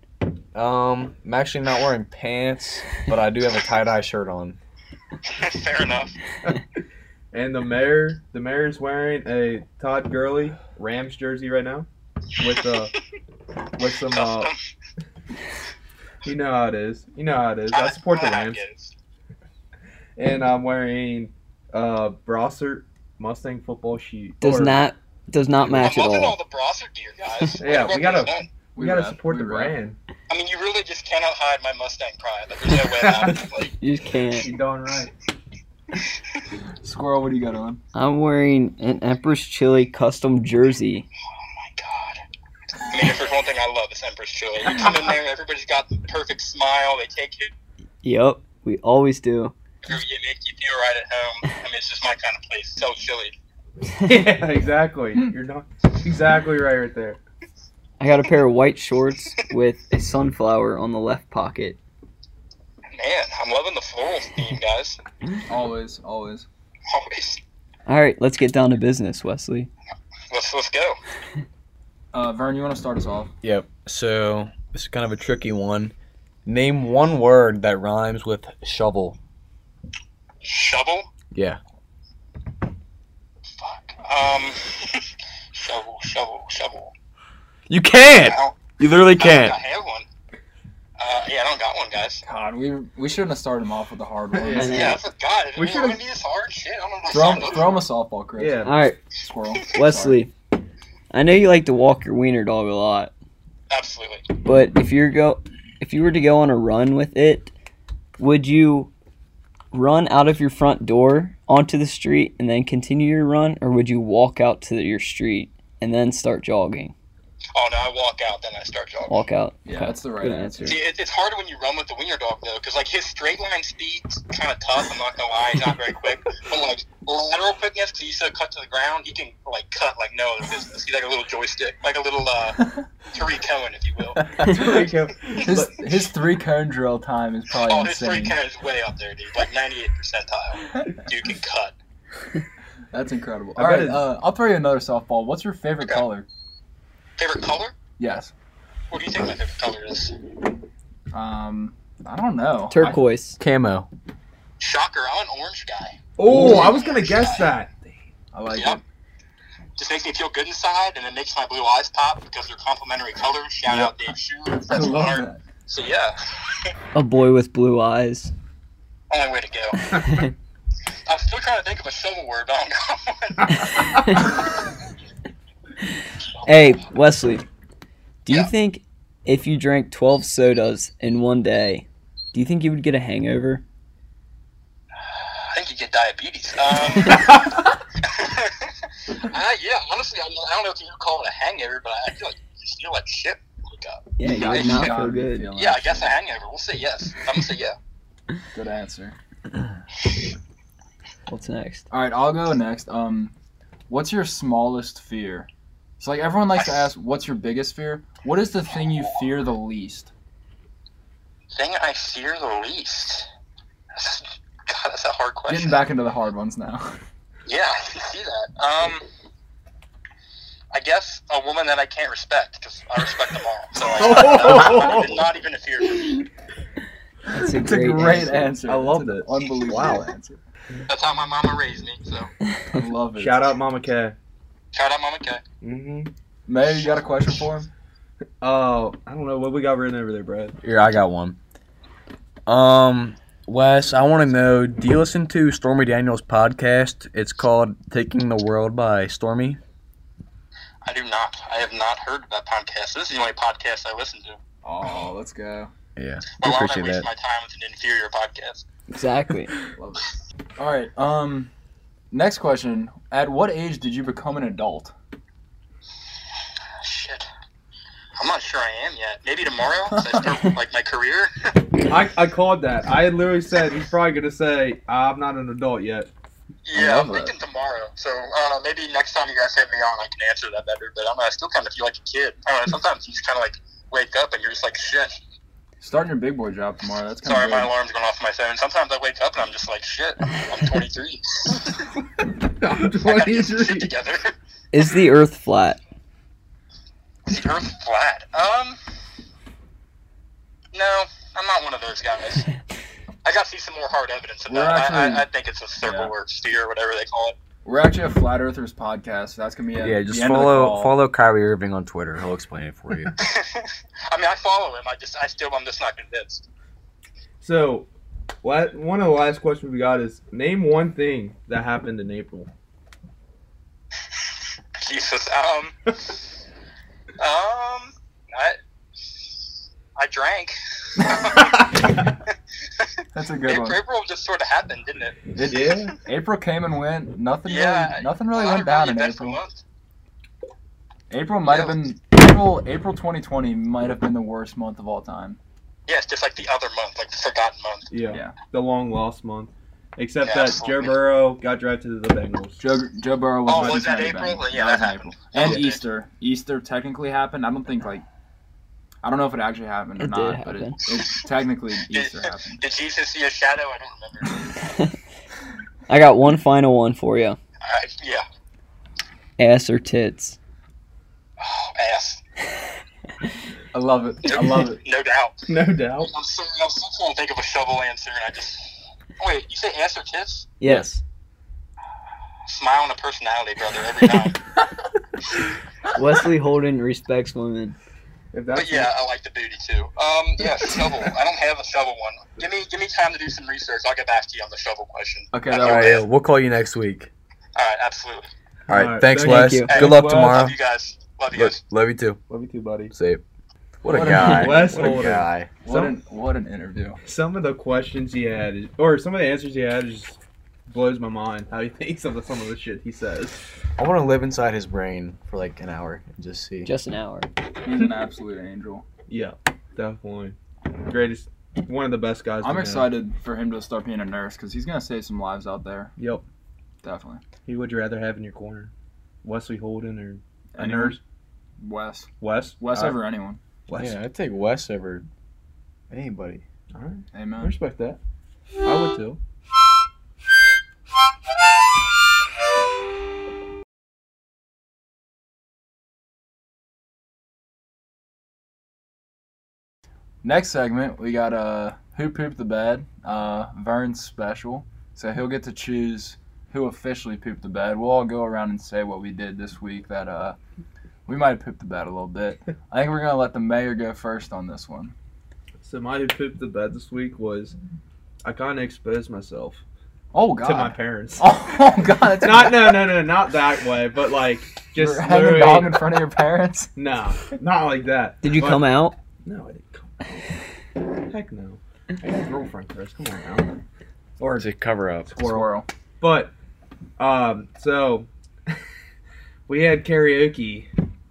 S5: Um, I'm actually not wearing pants, but I do have a tie dye shirt on.
S6: a man. Fair enough.
S3: And the mayor, the mayor is wearing a Todd Gurley Rams jersey right now with uh with some uh
S6: *laughs* Custom.
S3: you know how it is. You know how it is.
S6: I-
S3: I support the
S6: I
S3: Rams.
S6: guess.
S3: And I'm wearing uh Brossert Mustang football shoe.
S4: Does
S3: Or-
S4: not does not match
S6: I'm
S4: at
S6: loving all
S4: all.
S6: the Brosser gear, guys.
S3: *laughs* Yeah, we gotta-
S6: Represent.
S3: we gotta
S1: rap,
S3: support
S1: we
S3: the
S1: rap.
S3: *laughs* brand.
S6: I mean, you really just cannot hide my Mustang pride. Like, there's no way around it. Like,
S4: You just can't.
S3: You darn *laughs* right.
S1: Squirrel, what do you got on?
S4: I'm wearing an Empress Chili custom jersey.
S6: my God. I mean, if there's one thing I love, it's Empress Chili. You come in there, everybody's got the perfect smile. They take you,
S4: Yep, we
S1: *laughs*
S4: always do.
S6: you make you feel right at home. I mean, it's just my kind of place. So chilly.
S3: yeah, exactly. You're not exactly right right there.
S4: I got a pair of white shorts with a sunflower on the left pocket.
S6: Man, I'm loving the floral theme, guys. *laughs*
S1: Always, always.
S6: Always.
S4: All right, let's get down to business, Wesley.
S6: Let's let's go.
S1: Uh, Vern, you want to start us off?
S5: Yep. So this is kind of a tricky one. Name one word that rhymes with shovel.
S6: Shovel.
S5: Yeah.
S6: Fuck. Um. *laughs* shovel. Shovel. Shovel.
S5: You
S6: I
S5: can't.
S6: don't,
S5: You literally
S6: I don't think I
S5: can't.
S6: have one. Uh, yeah, I don't got one, guys.
S1: God, we we shouldn't have started him off with the *laughs* hard one.
S4: Yeah.
S6: Yeah, I forgot.
S3: We
S6: We should
S3: should've-
S6: have these hard shit. I don't know.
S1: Throw, him- throw him a softball, Chris.
S3: *laughs* Yeah.
S4: All right,
S1: Squirrel.
S4: Wesley. I know you like to walk your wiener dog a lot,
S6: Absolutely.
S4: but if you're go if you were to go on a run with it, would you run out of your front door onto the street and then continue your run or would you walk out to your street and then start jogging?
S6: Oh no, I walk out, then I start jogging.
S4: Walk out.
S1: Yeah,
S4: Okay.
S1: that's the right
S4: Good
S1: answer.
S6: See, it, it's harder when you run with the winger dog though, because like his straight line speed's kind of tough. I'm not gonna lie, he's not
S1: *laughs*
S6: very quick. But like lateral quickness, because he's so cut to the ground, he can like cut like no other business. He's like a little joystick, like a little uh,
S3: *laughs*
S6: Tariq Cohen, if you will.
S1: His, his three cone drill time is *laughs* probably
S6: Oh, his free
S1: insane.
S6: count is way up there, dude. Like 98 percentile. Dude can cut.
S1: *laughs* That's incredible.
S3: I
S1: All
S3: bet
S1: right,
S3: it's-
S1: uh, I'll throw you another softball. What's your favorite
S6: Okay.
S1: color?
S6: Favorite color?
S1: Yes.
S6: What do you think my favorite color is?
S1: Um, I don't know. I-
S4: Turquoise.
S7: Camo.
S6: Shocker, I'm an orange guy.
S3: Oh, I was gonna guess that.
S1: I, like
S6: Yep.
S1: it.
S6: Just makes me feel good inside, and it makes my blue eyes pop because they're complementary colors. Shout out Dave Shoe,
S1: I
S6: Fred
S1: love *laughs*
S6: Smart.
S1: that.
S6: So yeah,
S4: A boy with blue eyes.
S6: only way to go. I'm still trying to think of a shovel word, but I don't know. *laughs*
S4: *laughs* hey, Wesley, do you
S6: Yeah.
S4: think if you drank 12 sodas in one day, do you think you would get a hangover?
S6: I think you get diabetes. Um, *laughs* uh, yeah, honestly, I, don't- I don't know if you would call it a hangover, but I feel like you just feel like shit. Like, uh,
S4: Yeah, you
S6: I
S4: would not
S6: think
S4: feel good.
S6: yeah, I guess a hangover. We'll say yes. I'm gonna say yeah.
S1: Good answer.
S4: What's next? *laughs*
S1: All right, I'll go next. Um, what's your smallest fear? So like everyone likes to ask, what's your biggest fear? What is the thing you fear the least?
S6: Thing I fear the least. God, that's a hard question.
S1: Getting back into the hard ones now.
S6: Yeah, I can see that. Um, I guess a woman that I can't respect because I respect them all. So I, it's not even a fear. for me.
S4: That's
S1: It's a great answer.
S3: I
S1: It's
S3: loved
S1: an
S3: it.
S1: Unbelievable
S3: Wow.
S1: answer.
S6: That's how my mama raised me. So
S1: I love it.
S3: *laughs* Shout out, Mama K.
S6: shout out, Mama K.
S5: Mm-hmm.
S1: Mayor, you got a question for him?
S3: Oh, I don't know what we got written over there, Brad.
S7: Here, I got one. Um, Wes, I want to know do you listen to Stormy Daniels' podcast? It's called Taking the World by Stormy.
S6: I do not. I have not heard of that podcast. This is the only podcast I listen to.
S1: Oh, let's go.
S7: Yeah,
S6: But why would I waste my time with an inferior podcast?
S4: *laughs* Exactly.
S1: Love it. All right. Um, next question. At what age did you become an adult?
S6: Ah, Shit. I'm not sure I am yet. Maybe tomorrow, 'cause I start like my career. *laughs*
S3: I, I called that. I had literally said he's probably gonna say I'm not an adult yet.
S1: I
S6: yeah,
S1: love
S6: I'm thinking tomorrow. So I don't know. Maybe next time you guys have me on, I can answer that better. But I, don't know, I still kind of feel like a kid. I don't know. Sometimes you just kind of like wake up and you're just like, shit.
S1: Starting your big boy job tomorrow. That's kind
S6: Sorry,
S1: of
S6: my alarm's going off on my phone. Sometimes I wake up and I'm just like, shit. I'm *laughs* 23.
S1: *laughs*
S3: I'm
S6: I gotta get some shit
S3: 23.
S6: together. *laughs*
S4: Is the earth flat?
S6: Is the Earth flat? Um, no, I'm not one of
S1: *laughs*
S6: those guys. I got to see some more hard evidence of
S1: We're
S6: that. I,
S1: actually-
S6: I, I think it's a circle
S1: Yeah.
S6: or sphere or whatever they call it. *laughs*
S1: We're actually a flat earthers podcast. So that's gonna be at
S7: Yeah, just
S1: the end of the
S7: follow
S1: call.
S7: follow Kyrie Irving on Twitter. He'll explain it for you.
S6: I mean, I follow him. I just, I still, I'm just not convinced. *laughs*
S3: So, what? One of the last questions we got is name one thing that happened in *laughs* April.
S6: Jesus. Um. um. I. I
S1: *laughs*
S6: drank.
S1: That's a good
S6: April,
S1: one.
S6: April just sort of happened, didn't it?
S1: It-
S3: Yeah.
S1: April came and went. Nothing
S6: *laughs* Yeah.
S1: really, nothing really
S6: I
S1: went down in
S6: that's the
S1: April.
S6: month.
S1: April might have been April. April 2020 might have been the worst month of all time.
S6: Yes, just like the other month, like the forgotten month.
S3: Yeah.
S1: Yeah.
S3: The long lost month. Except
S6: Yeah,
S3: that
S6: absolutely.
S3: Joe Burrow got drafted to the Bengals.
S1: Joe Joe Burrow was.
S6: Oh,
S1: ready
S6: was
S1: to
S6: that
S1: be
S6: April?
S1: back.
S6: Yeah,
S1: that was in
S6: that happened.
S1: April. And
S6: Okay.
S1: Easter. Easter technically happened. I don't think like. I don't know if it actually happened or
S4: It did
S1: not, but it,
S4: happen.
S1: it
S6: *laughs*
S1: technically
S6: Did,
S1: Easter happened.
S6: did Jesus see a shadow? I don't remember.
S4: I got one final one for you.
S6: I, yeah.
S4: Ass or tits?
S6: Oh, ass.
S1: I love it. I love
S6: *laughs*
S1: it.
S6: No doubt.
S3: *laughs* No doubt.
S6: I'm sorry. I'm still trying to think of a shovel answer, and I just wait. You say ass or tits?
S4: Yes.
S6: Smile and a personality, brother. Every time.
S1: *laughs*
S4: Wesley Holden respects women.
S3: If
S6: But
S3: that's
S6: yeah, I like the booty too. Um, yeah,
S1: *laughs*
S6: shovel. I don't have a shovel one. Give me, give me time to do some research. I'll get back to you on the shovel question.
S7: *laughs*
S1: Okay,
S7: All
S1: that
S7: right,
S1: was,
S7: yeah, we'll call you next week.
S6: All right, absolutely.
S7: All right,
S3: All right,
S7: thanks,
S3: thank
S7: Wes.
S4: you.
S7: Good luck
S3: Wes.
S7: tomorrow.
S6: Love you guys. Love you
S7: Lo-
S6: guys.
S7: Love you too.
S3: love you too, buddy.
S7: Save. What, a
S1: What a-
S7: guy.
S3: *laughs* Wes
S7: what a
S3: Holden.
S7: guy.
S1: what an what an interview.
S3: Some of the questions he had, or some of the answers he had, is blows my mind how he *laughs* thinks of some of the shit he says.
S5: I want to live inside his brain for like an hour and just see.
S4: Just an hour.
S1: He's an absolute angel.
S3: Yeah, definitely. Greatest, one of the best guys. to
S1: I'm
S3: know.
S1: excited for him to start being a nurse because he's gonna save some lives out there.
S3: Yep.
S1: Definitely.
S3: Who would you rather have in your corner, Wesley Holden or a
S1: Anyone?
S3: nurse? Uh,
S1: Wes.
S3: Wes.
S1: Wes
S3: All right.
S1: over anyone.
S3: Wes.
S5: yeah, I'd take Wes over anybody.
S3: All right. I
S1: Amen.
S3: respect that. I would too.
S1: Next segment, we got uh, Who Pooped the Bed, uh, Vern's special. So he'll get to choose who officially pooped the bed. We'll all go around and say what we did this week that uh, we might have pooped the bed a little bit. I think we're going to let the mayor go first on this one.
S3: So my who pooped the bed this week was, I kind of exposed myself
S1: Oh, God.
S3: to *laughs* my parents.
S1: oh, God. That's
S3: *laughs* not no no no not that way, but like just
S1: You're hanging
S3: literally-
S1: dog in front of your
S3: *laughs*
S1: parents?
S3: no, not like that.
S4: Did you
S3: But-
S4: come out?
S3: No, I didn't come. out. Heck no. I got a girlfriend, Chris. Come on now.
S5: Or is it cover up?
S1: Squirrel.
S3: But um, so *laughs* we had karaoke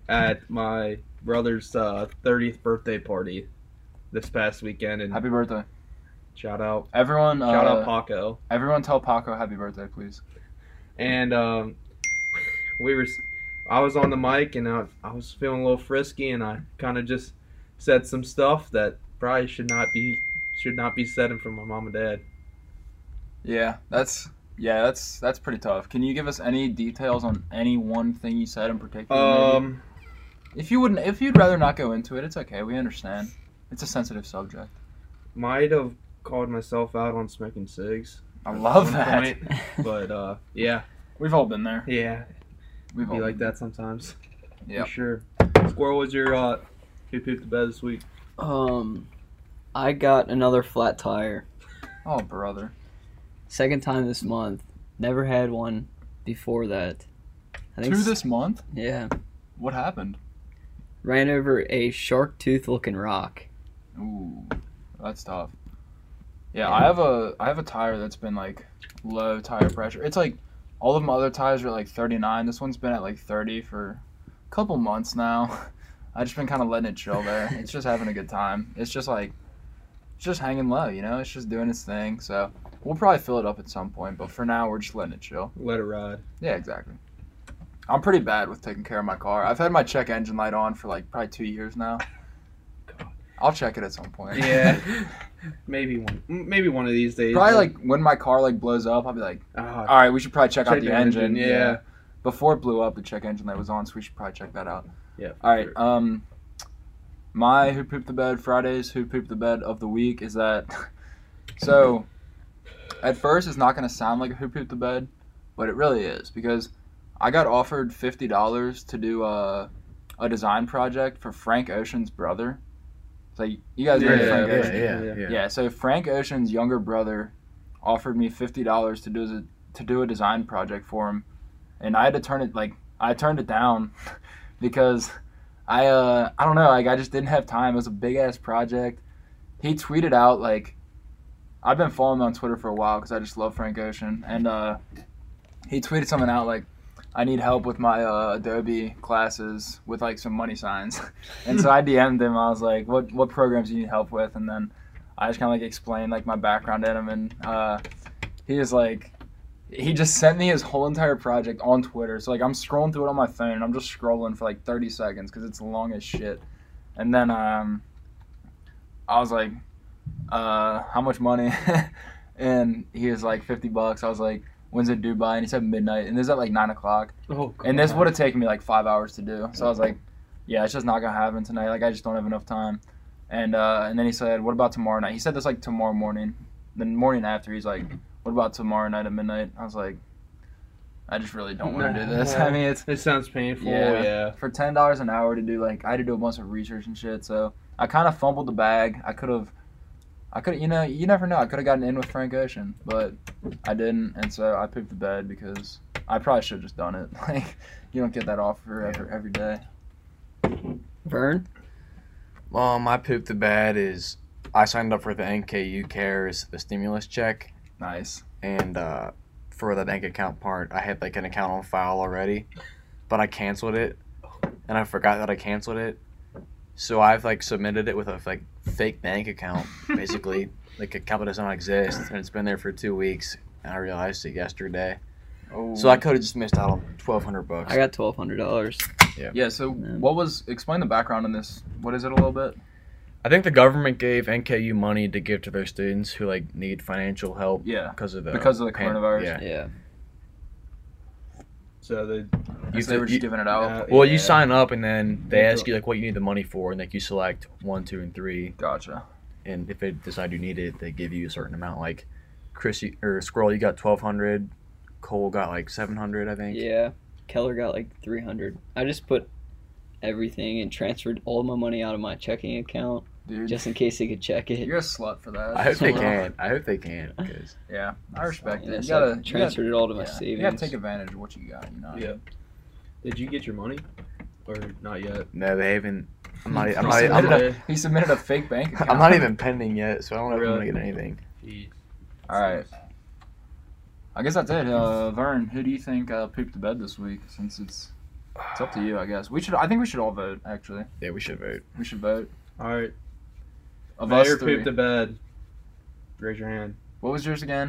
S3: at my brother's uh, 30th birthday party this past weekend, and
S1: Happy birthday.
S3: shout out,
S1: Everyone, uh,
S3: shout out Paco.
S1: everyone tell Paco happy birthday, please.
S3: And um, we were, s- I was on the mic, and I, I was feeling a little frisky, and I kind of just said some stuff that probably should not be should not be said in front of my mom and dad.
S1: Yeah, that's yeah, that's that's pretty tough. Can you give us any details on any one thing you said in particular? maybe?
S3: Um,
S1: If you wouldn't, if you'd rather not go into it, it's okay. We understand. It's a sensitive subject.
S3: might have called myself out on smoking cigs.
S1: I
S3: at
S1: love
S3: one
S1: that.
S3: point, but uh, yeah,
S1: We've all been there.
S3: yeah.
S1: We've all
S3: be like
S1: been
S3: that sometimes.
S1: Yeah.
S3: For sure. Squirrel was your uh who pooped the bed this week.
S4: Um, I got another flat tire.
S1: there. Oh, brother.
S4: Second time this month. Never had one before that. I
S1: Two
S4: s-
S1: this month.
S4: Yeah.
S1: What happened?
S4: Ran over a shark tooth looking rock.
S1: Ooh, that's tough. Yeah, I have a I have a tire that's been like low tire pressure. It's like all of my other tires are like 39. This one's been at like 30 for a couple months now. *laughs* I just been kind of letting it chill there. It's just having a good time. It's just like it's just hanging low, you know. It's just doing its thing. So we'll probably fill it up at some point, but for now we're just letting it chill.
S3: Let it ride.
S1: Yeah, exactly. I'm pretty bad with taking care of my car. I've had my check engine light on for like probably two years now. I'll check it at some point.
S3: Yeah. *laughs* maybe one m- maybe one of these days.
S1: *laughs* probably like when my car like blows up, I'll be like,
S3: ah,
S1: all right, we should probably check, out
S3: Check
S1: the,
S3: the
S1: engine.
S3: engine, yeah.
S1: Before it blew up, the check engine light was on, so we should probably check that out.
S3: yeah.
S1: All right. Um, my who pooped the bed Fridays, who pooped the bed of the week is that. *laughs* so, at first, it's not gonna sound like a who pooped the bed, but it really is because I got offered fifty dollars to do a a design project for Frank Ocean's brother. So you you guys know
S3: Yeah,
S1: who Frank
S3: yeah,
S1: Ocean.
S3: yeah, yeah.
S1: Yeah. so Frank Ocean's younger brother offered me fifty dollars to do the- to do a design project for him, and I had to turn it like I turned it down *laughs* because I uh I don't know like I just didn't have time. It was a big ass project. He tweeted out like I've been following him on Twitter for a while because I just love Frank Ocean, and uh, he tweeted something out like. I need help with my uh, Adobe classes with like some money signs, *laughs* and so I DM'd him. I was like, "What what programs do you need help with?" And then I just kind of like explained like my background to him, and uh, he is like, he just sent me his whole entire project on Twitter. So like I'm scrolling through it on my phone, and I'm just scrolling for like 30 seconds because it's long as shit. And then um, I was like, uh, how much money? *laughs* and he was like 50 bucks. I was like, when's it due by? And he said midnight, and this is at like nine o'clock.
S3: Oh, God.
S1: And this would have taken me like five hours to do. So I was like, yeah, it's just not gonna happen tonight. Like I just don't have enough time. And uh, and then he said, what about tomorrow night? He said this like tomorrow morning. The morning after, he's like, what about tomorrow night at midnight? I was like, I just really don't want to do this. *laughs* I mean, it's
S3: It sounds painful,
S1: Yeah.
S3: yeah.
S1: for ten dollars an hour to do like I had to do a bunch of research and shit. So I kind of fumbled the bag. I could have, I could you know you never know. I could have gotten in with Frank Ocean, but I didn't, and so I pooped the bed because I probably should have just done it. *laughs* Like you don't get that offer every, every day.
S4: Vern?
S5: Um, I pooped the bed is I signed up for the NKU Cares, the stimulus check,
S1: Nice.
S5: and uh, for the bank account part, I had like an account on file already, but I canceled it, and I forgot that I canceled it. So I've like submitted it with a like fake
S1: *laughs*
S5: bank account, basically like a account that does not exist, and it's been there for two weeks, and I realized it yesterday.
S1: Oh.
S5: So I could have just missed out on twelve hundred bucks.
S4: I got twelve hundred dollars.
S1: yeah. So
S4: Man.
S1: what was? Explain the background on this. What is it a little bit?
S7: I think the government gave NKU money to give to their students who like need financial help
S1: Yeah.
S7: because of the
S1: Because of the
S7: pan-
S1: coronavirus?
S7: Yeah.
S4: Yeah.
S3: So they
S1: You
S7: th-
S1: they were just
S7: you-
S1: giving it out.
S3: uh,
S7: Well,
S3: yeah.
S7: you sign up and then they
S3: You
S7: ask
S3: do-
S7: you like what you need the money for, and like you select one, two, and three,
S1: Gotcha.
S7: and if they decide you need it, they give you a certain amount. Like Chris you, or Squirrel, you got twelve hundred. Cole got like seven hundred, I think.
S4: Yeah. Keller got like three hundred. I just put everything and transferred all my money out of my checking account
S1: Dude,
S4: just in case he could check it.
S1: Mm. you're a slut for that.
S7: I hope
S1: *laughs*
S7: they
S4: Wow.
S7: can. I hope they can because
S1: Yeah, I respect
S4: Yeah,
S1: it. You
S4: so I
S1: gotta you gotta-
S4: transferred it all to my
S1: yeah,
S4: savings.
S1: You gotta take advantage of what you got. You know.
S3: Yeah. Did you get your money? Or not yet?
S7: no, they haven't. I'm not. I'm
S1: He
S7: not, I'm
S1: submitted *laughs*
S7: not,
S1: a- he submitted a fake bank account.
S5: *laughs* I'm not even pending yet, so I don't know if I'm
S3: Really?
S5: gonna get anything.
S1: All right. I guess that's it. Uh, Vern, who do you think uh, pooped the bed this week? Since it's it's up to you, I guess. We should. I think we should all vote. Actually,
S7: yeah, we should vote.
S1: we should vote.
S3: All right.
S1: Of
S3: Mayor
S1: us three.
S3: pooped to bed. Raise your hand.
S1: What was yours again?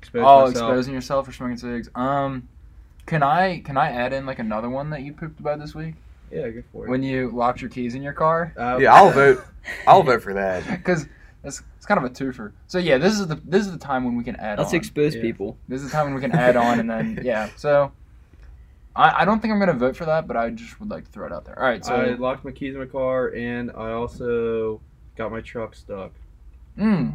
S3: Expose
S1: oh,
S3: myself.
S1: exposing yourself or smoking cigs. Um, can I can I add in like another one that you pooped about this week
S3: Yeah, go for it.
S1: when you locked your keys in your car? *laughs*
S3: Uh,
S5: Yeah, I'll vote.
S4: *laughs*
S5: I'll vote for that.
S1: Because it's, it's kind of a twofer. So yeah, this is the this is the time when we can add
S4: Let's
S1: on.
S4: expose
S3: Yeah.
S4: people.
S1: This is the time when we can add on, and then
S3: *laughs*
S1: yeah. So, I, I don't think I'm gonna vote for that, but I just would like to throw it out there. All right, so
S3: *laughs* I locked my keys in my car, and I also got my truck stuck.
S1: mm,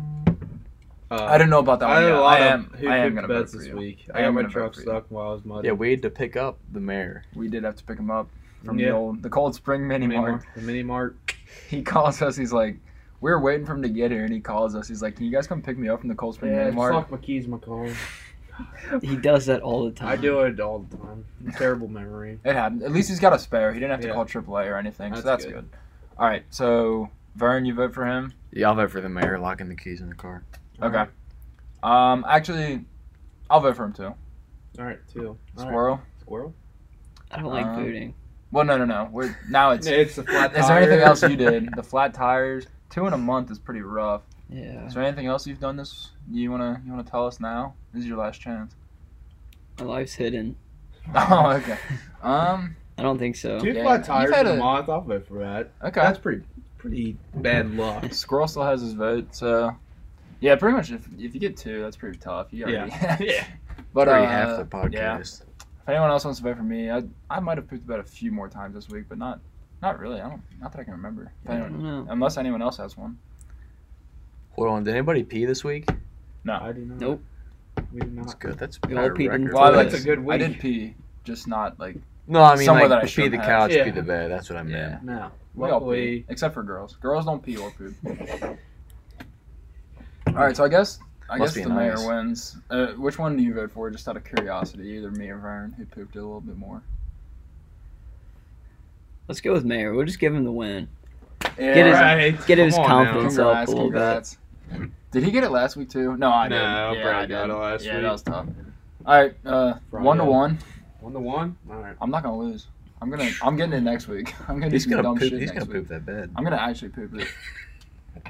S3: Uh,
S1: I didn't know about that
S3: I
S1: one.
S3: had
S1: yet.
S3: a lot
S1: I
S3: of
S1: am,
S3: who
S1: I am
S3: pooped
S1: gonna
S3: to
S1: vote
S3: beds
S1: for
S3: this
S1: you.
S3: while
S1: I
S3: I
S1: am
S3: got my
S1: gonna vote
S3: truck
S1: for you.
S3: stuck while I was muddy.
S5: Yeah, we had to pick up the mayor.
S1: We did have to pick him up from
S3: Yeah.
S1: the old the Cold Spring Mini
S3: Mini
S1: Mart.
S3: Mart. The mini mart.
S1: He calls us. He's like, we are waiting for him to get here, and he calls us. He's like, can you guys come pick me up from the Cold Spring
S3: Yeah, I
S1: Mini
S3: just
S1: Mart?
S3: locked my keys in my car.
S4: He does that all the time.
S3: I do it all the time. Terrible memory.
S1: It happened. At least he's got a spare. He didn't have to
S3: Yeah.
S1: call AAA or anything, so
S3: That's
S1: that's good. All right, so Vern, you vote for him.
S5: Yeah, I'll vote for the mayor locking the keys in the car.
S1: Okay. Um, actually, I'll vote for him too.
S3: All right, two. All right,
S1: Squirrel.
S3: Squirrel.
S4: I don't like
S1: Um,
S4: voting.
S1: Well, no, no, no. We're now it's.
S3: Yeah, it's a flat
S1: Is there anything
S3: tire.
S1: else you did? The flat tires. Two in a month is pretty rough.
S4: Yeah.
S1: Is there anything else you've done this? You wanna you wanna tell us now? This is your last chance. *laughs*
S4: My life's hidden.
S1: Oh, *laughs* okay. Um,
S4: I don't think so.
S3: Two
S1: Yeah,
S3: flat
S1: you've
S3: tires
S1: had
S3: in a
S1: a-
S3: month. I'll vote for that.
S1: okay. Mm-hmm.
S3: That's pretty pretty bad luck.
S1: Squirrel still has his vote, so yeah, pretty much. If, if you get two, that's pretty tough. You gotta *laughs*
S3: Yeah.
S1: be-
S3: Yeah.
S1: But
S5: Already
S1: uh,
S5: half the
S1: Yeah.
S5: podcast.
S1: If anyone else wants to vote for me, I I might have pooped about a few more times this week, but not not really. I don't not that I can remember. If
S4: I
S1: anyone,
S4: don't know.
S1: unless anyone else has one.
S5: Hold on, did anybody pee this week?
S3: I do not.
S4: Nope.
S3: We did
S5: That's
S3: not.
S5: good. That's
S4: We all
S5: better
S4: peed in
S5: record.
S4: the Well,
S1: I
S4: toilet.
S1: like
S3: that's a good week.
S1: I did pee, just not like
S5: No, I mean
S1: Somewhere
S5: like
S1: that I
S5: pee
S1: shouldn't
S5: the
S1: have.
S5: couch,
S3: Yeah.
S5: pee the bed. That's what I meant.
S1: Yeah.
S3: Now,
S1: we all
S3: luckily,
S1: pee, except for girls. Girls don't pee or poop. all right, so I guess I
S5: Must
S1: guess
S5: be
S1: the
S5: nice.
S1: mayor wins. Uh, which one do you vote for? Just out of curiosity, either me or Vern, who pooped a little bit more.
S4: Let's go with Mayor. We'll just give him the win.
S1: Yeah,
S4: Get his-
S3: Right,
S4: get his
S3: come on now.
S4: confidence.
S1: Congrats,
S4: up a little bit.
S1: congrats. Did he get it last week too? No, I
S3: No,
S1: didn't.
S3: Brad
S1: I
S3: got
S1: did.
S3: it last
S1: yeah,
S3: week.
S1: that was tough. All right, uh,
S3: Brad
S1: one to
S3: got it.
S1: one.
S3: One to one. All right.
S1: I'm not gonna lose. I'm gonna. I'm getting it next week. *laughs* I'm gonna do
S5: He's
S1: some
S5: gonna
S1: dumb
S5: poop.
S1: shit
S5: He's
S1: next
S5: gonna
S1: week.
S5: poop that bed.
S1: I'm gonna actually poop it.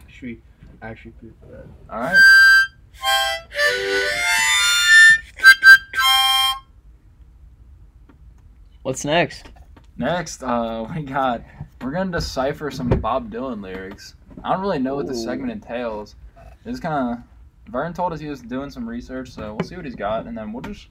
S3: Should we actually poop for that?
S1: All right.
S4: What's next?
S1: Next, uh, *laughs* we got we're gonna decipher some Bob Dylan lyrics. I don't really know what this
S4: Ooh.
S1: segment entails. It's kind of Vern told us he was doing some research, so we'll see what he's got, and then we'll just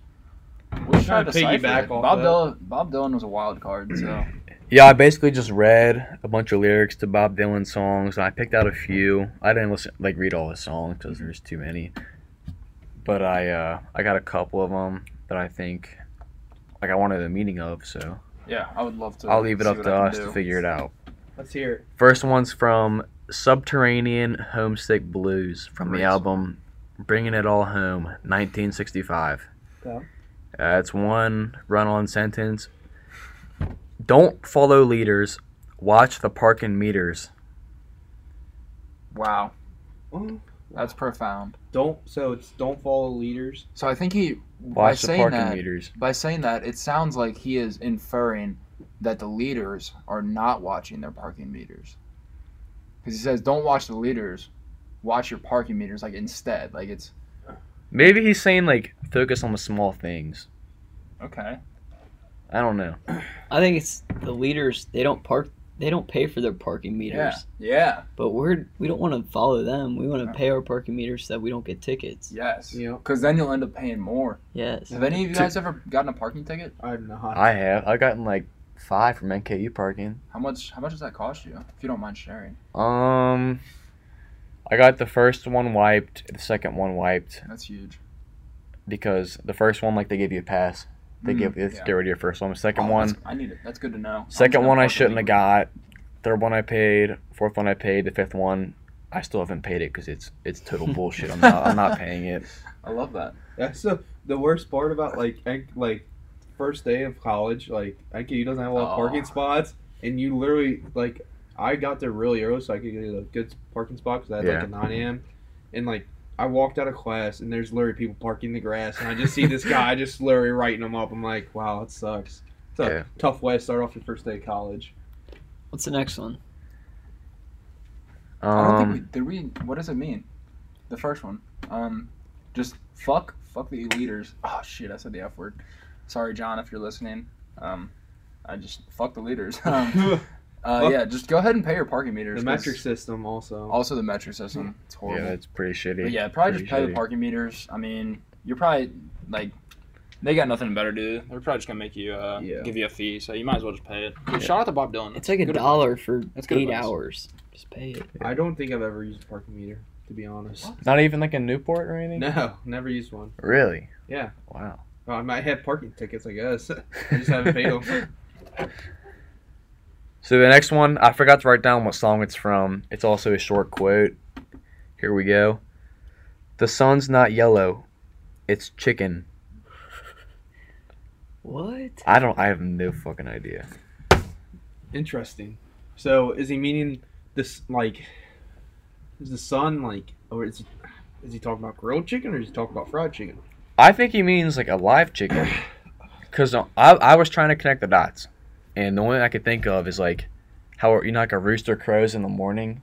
S1: we'll just try to
S3: Kinda
S1: decipher.
S3: piggyback
S1: it.
S3: off
S1: Bob
S3: that.
S1: Dylan. Bob Dylan was a wild card,
S7: *clears throat*
S1: so
S7: Yeah, I basically just read a bunch of lyrics to Bob Dylan songs, and I picked out a few. I didn't listen, like, read all the songs because there's too many. But I, uh, I got a couple of them that I think, like, I wanted a meaning of. So
S1: yeah, I would love to.
S7: I'll leave it
S1: see
S7: up
S1: what
S7: to
S1: I can
S7: us
S1: do.
S7: to figure it out.
S3: Let's hear it.
S7: First one's from Subterranean Homesick Blues from the
S1: Great
S7: album Bringing It All Home, 1965.
S3: Okay.
S7: Uh, it's one run on sentence. Don't follow leaders, watch the parking meters.
S1: Wow,
S3: Oh,
S1: That's profound.
S3: Don't so it's don't follow leaders.
S1: So I think he by
S5: Watch the
S1: saying
S5: parking
S1: that
S5: meters.
S1: by saying that it sounds like he is inferring that the leaders are not watching their parking meters. Because he says, "Don't watch the leaders, watch your parking meters." Like instead, like it's
S5: Maybe he's saying like focus on the small things.
S1: okay.
S5: I don't know.
S4: I think it's the leaders. They don't park. They don't pay for their parking meters.
S1: Yeah, yeah,
S4: But we're we don't want to follow them. We want
S1: No.
S4: to pay our parking meters so that we don't get tickets.
S1: yes.
S3: You know,
S1: Because then you'll end up paying more.
S4: Yes.
S1: Have any of you
S5: To-
S1: guys ever gotten a parking ticket?
S3: I'm not.
S5: I have. I've gotten like five from NKU parking.
S1: How much? How much does that cost you? If you don't mind sharing,
S5: Um, I got the first one wiped, the second one wiped
S1: that's huge.
S5: because the first one like they gave you a pass. They
S1: Mm,
S5: gave you
S1: yeah.
S5: get rid of your first one. The second
S1: Oh,
S5: one,
S1: that's- I need it. That's good to know. I'm just
S5: second
S1: gonna
S5: one I
S1: park
S5: shouldn't have
S1: illegally.
S5: got. Third one I paid. Fourth one I paid. The fifth one I still haven't paid it because it's
S1: *laughs*
S5: it's total bullshit. I'm not I'm not paying it.
S1: I love that.
S3: That's the the worst part about like en- like first day of college. Like NKU doesn't have a lot of
S1: Oh.
S3: parking spots, and you literally like I got there really early so I could get a good parking spot because I had like
S5: Yeah.
S3: a nine a.m. and like. I walked out of class and there's literally people parking in the grass and I just see this guy just literally writing them up. I'm like, wow, it sucks. It's a
S5: Yeah.
S3: tough way to start off your first day of college.
S4: What's the next one?
S1: I don't think
S5: Um,
S1: we did. We what does it mean? The first one. Um, just fuck, fuck the leaders. Oh shit, I said the f word. Sorry, John, if you're listening. Um, I just fuck the leaders. *laughs* Um,
S3: the
S1: uh,
S3: Fuck.
S1: yeah, just go ahead and pay your parking meters. 'cause-
S3: metric system also.
S1: Also, the metric system. It's
S5: yeah,
S1: horrible.
S5: that's pretty shitty.
S1: But yeah, probably just
S5: Pretty
S1: pay the
S5: shitty.
S1: parking meters. I mean, you're probably like, they got nothing better to do. They're probably just gonna make you uh,
S3: Yeah.
S1: give you a fee, so you might as well just pay it. Shout out to Bob Dylan.
S4: It's like a
S1: Good-
S4: dollar for
S1: That's good
S4: eight
S1: advice.
S4: hours. Just pay it.
S3: I don't think I've ever used a parking meter, to be honest.
S5: Not even like in Newport or anything.
S3: No, never used one.
S5: Really?
S3: Yeah.
S5: Wow.
S3: Well, I might have parking tickets, I guess. *laughs* I just haven't paid them.
S5: *laughs* So the next one, I forgot to write down what song it's from. It's also a short quote. Here we go. The sun's not yellow, it's chicken.
S4: What?
S5: I don't. I have no fucking idea.
S3: Interesting. So, is he meaning this, like, is the sun, like, or is, is he talking about grilled chicken or is he talking about fried chicken?
S5: I think he means like a
S3: *coughs*
S5: live chicken, because I I was trying to connect the dots, and the one I could think of is like how you know like a rooster crows in the morning.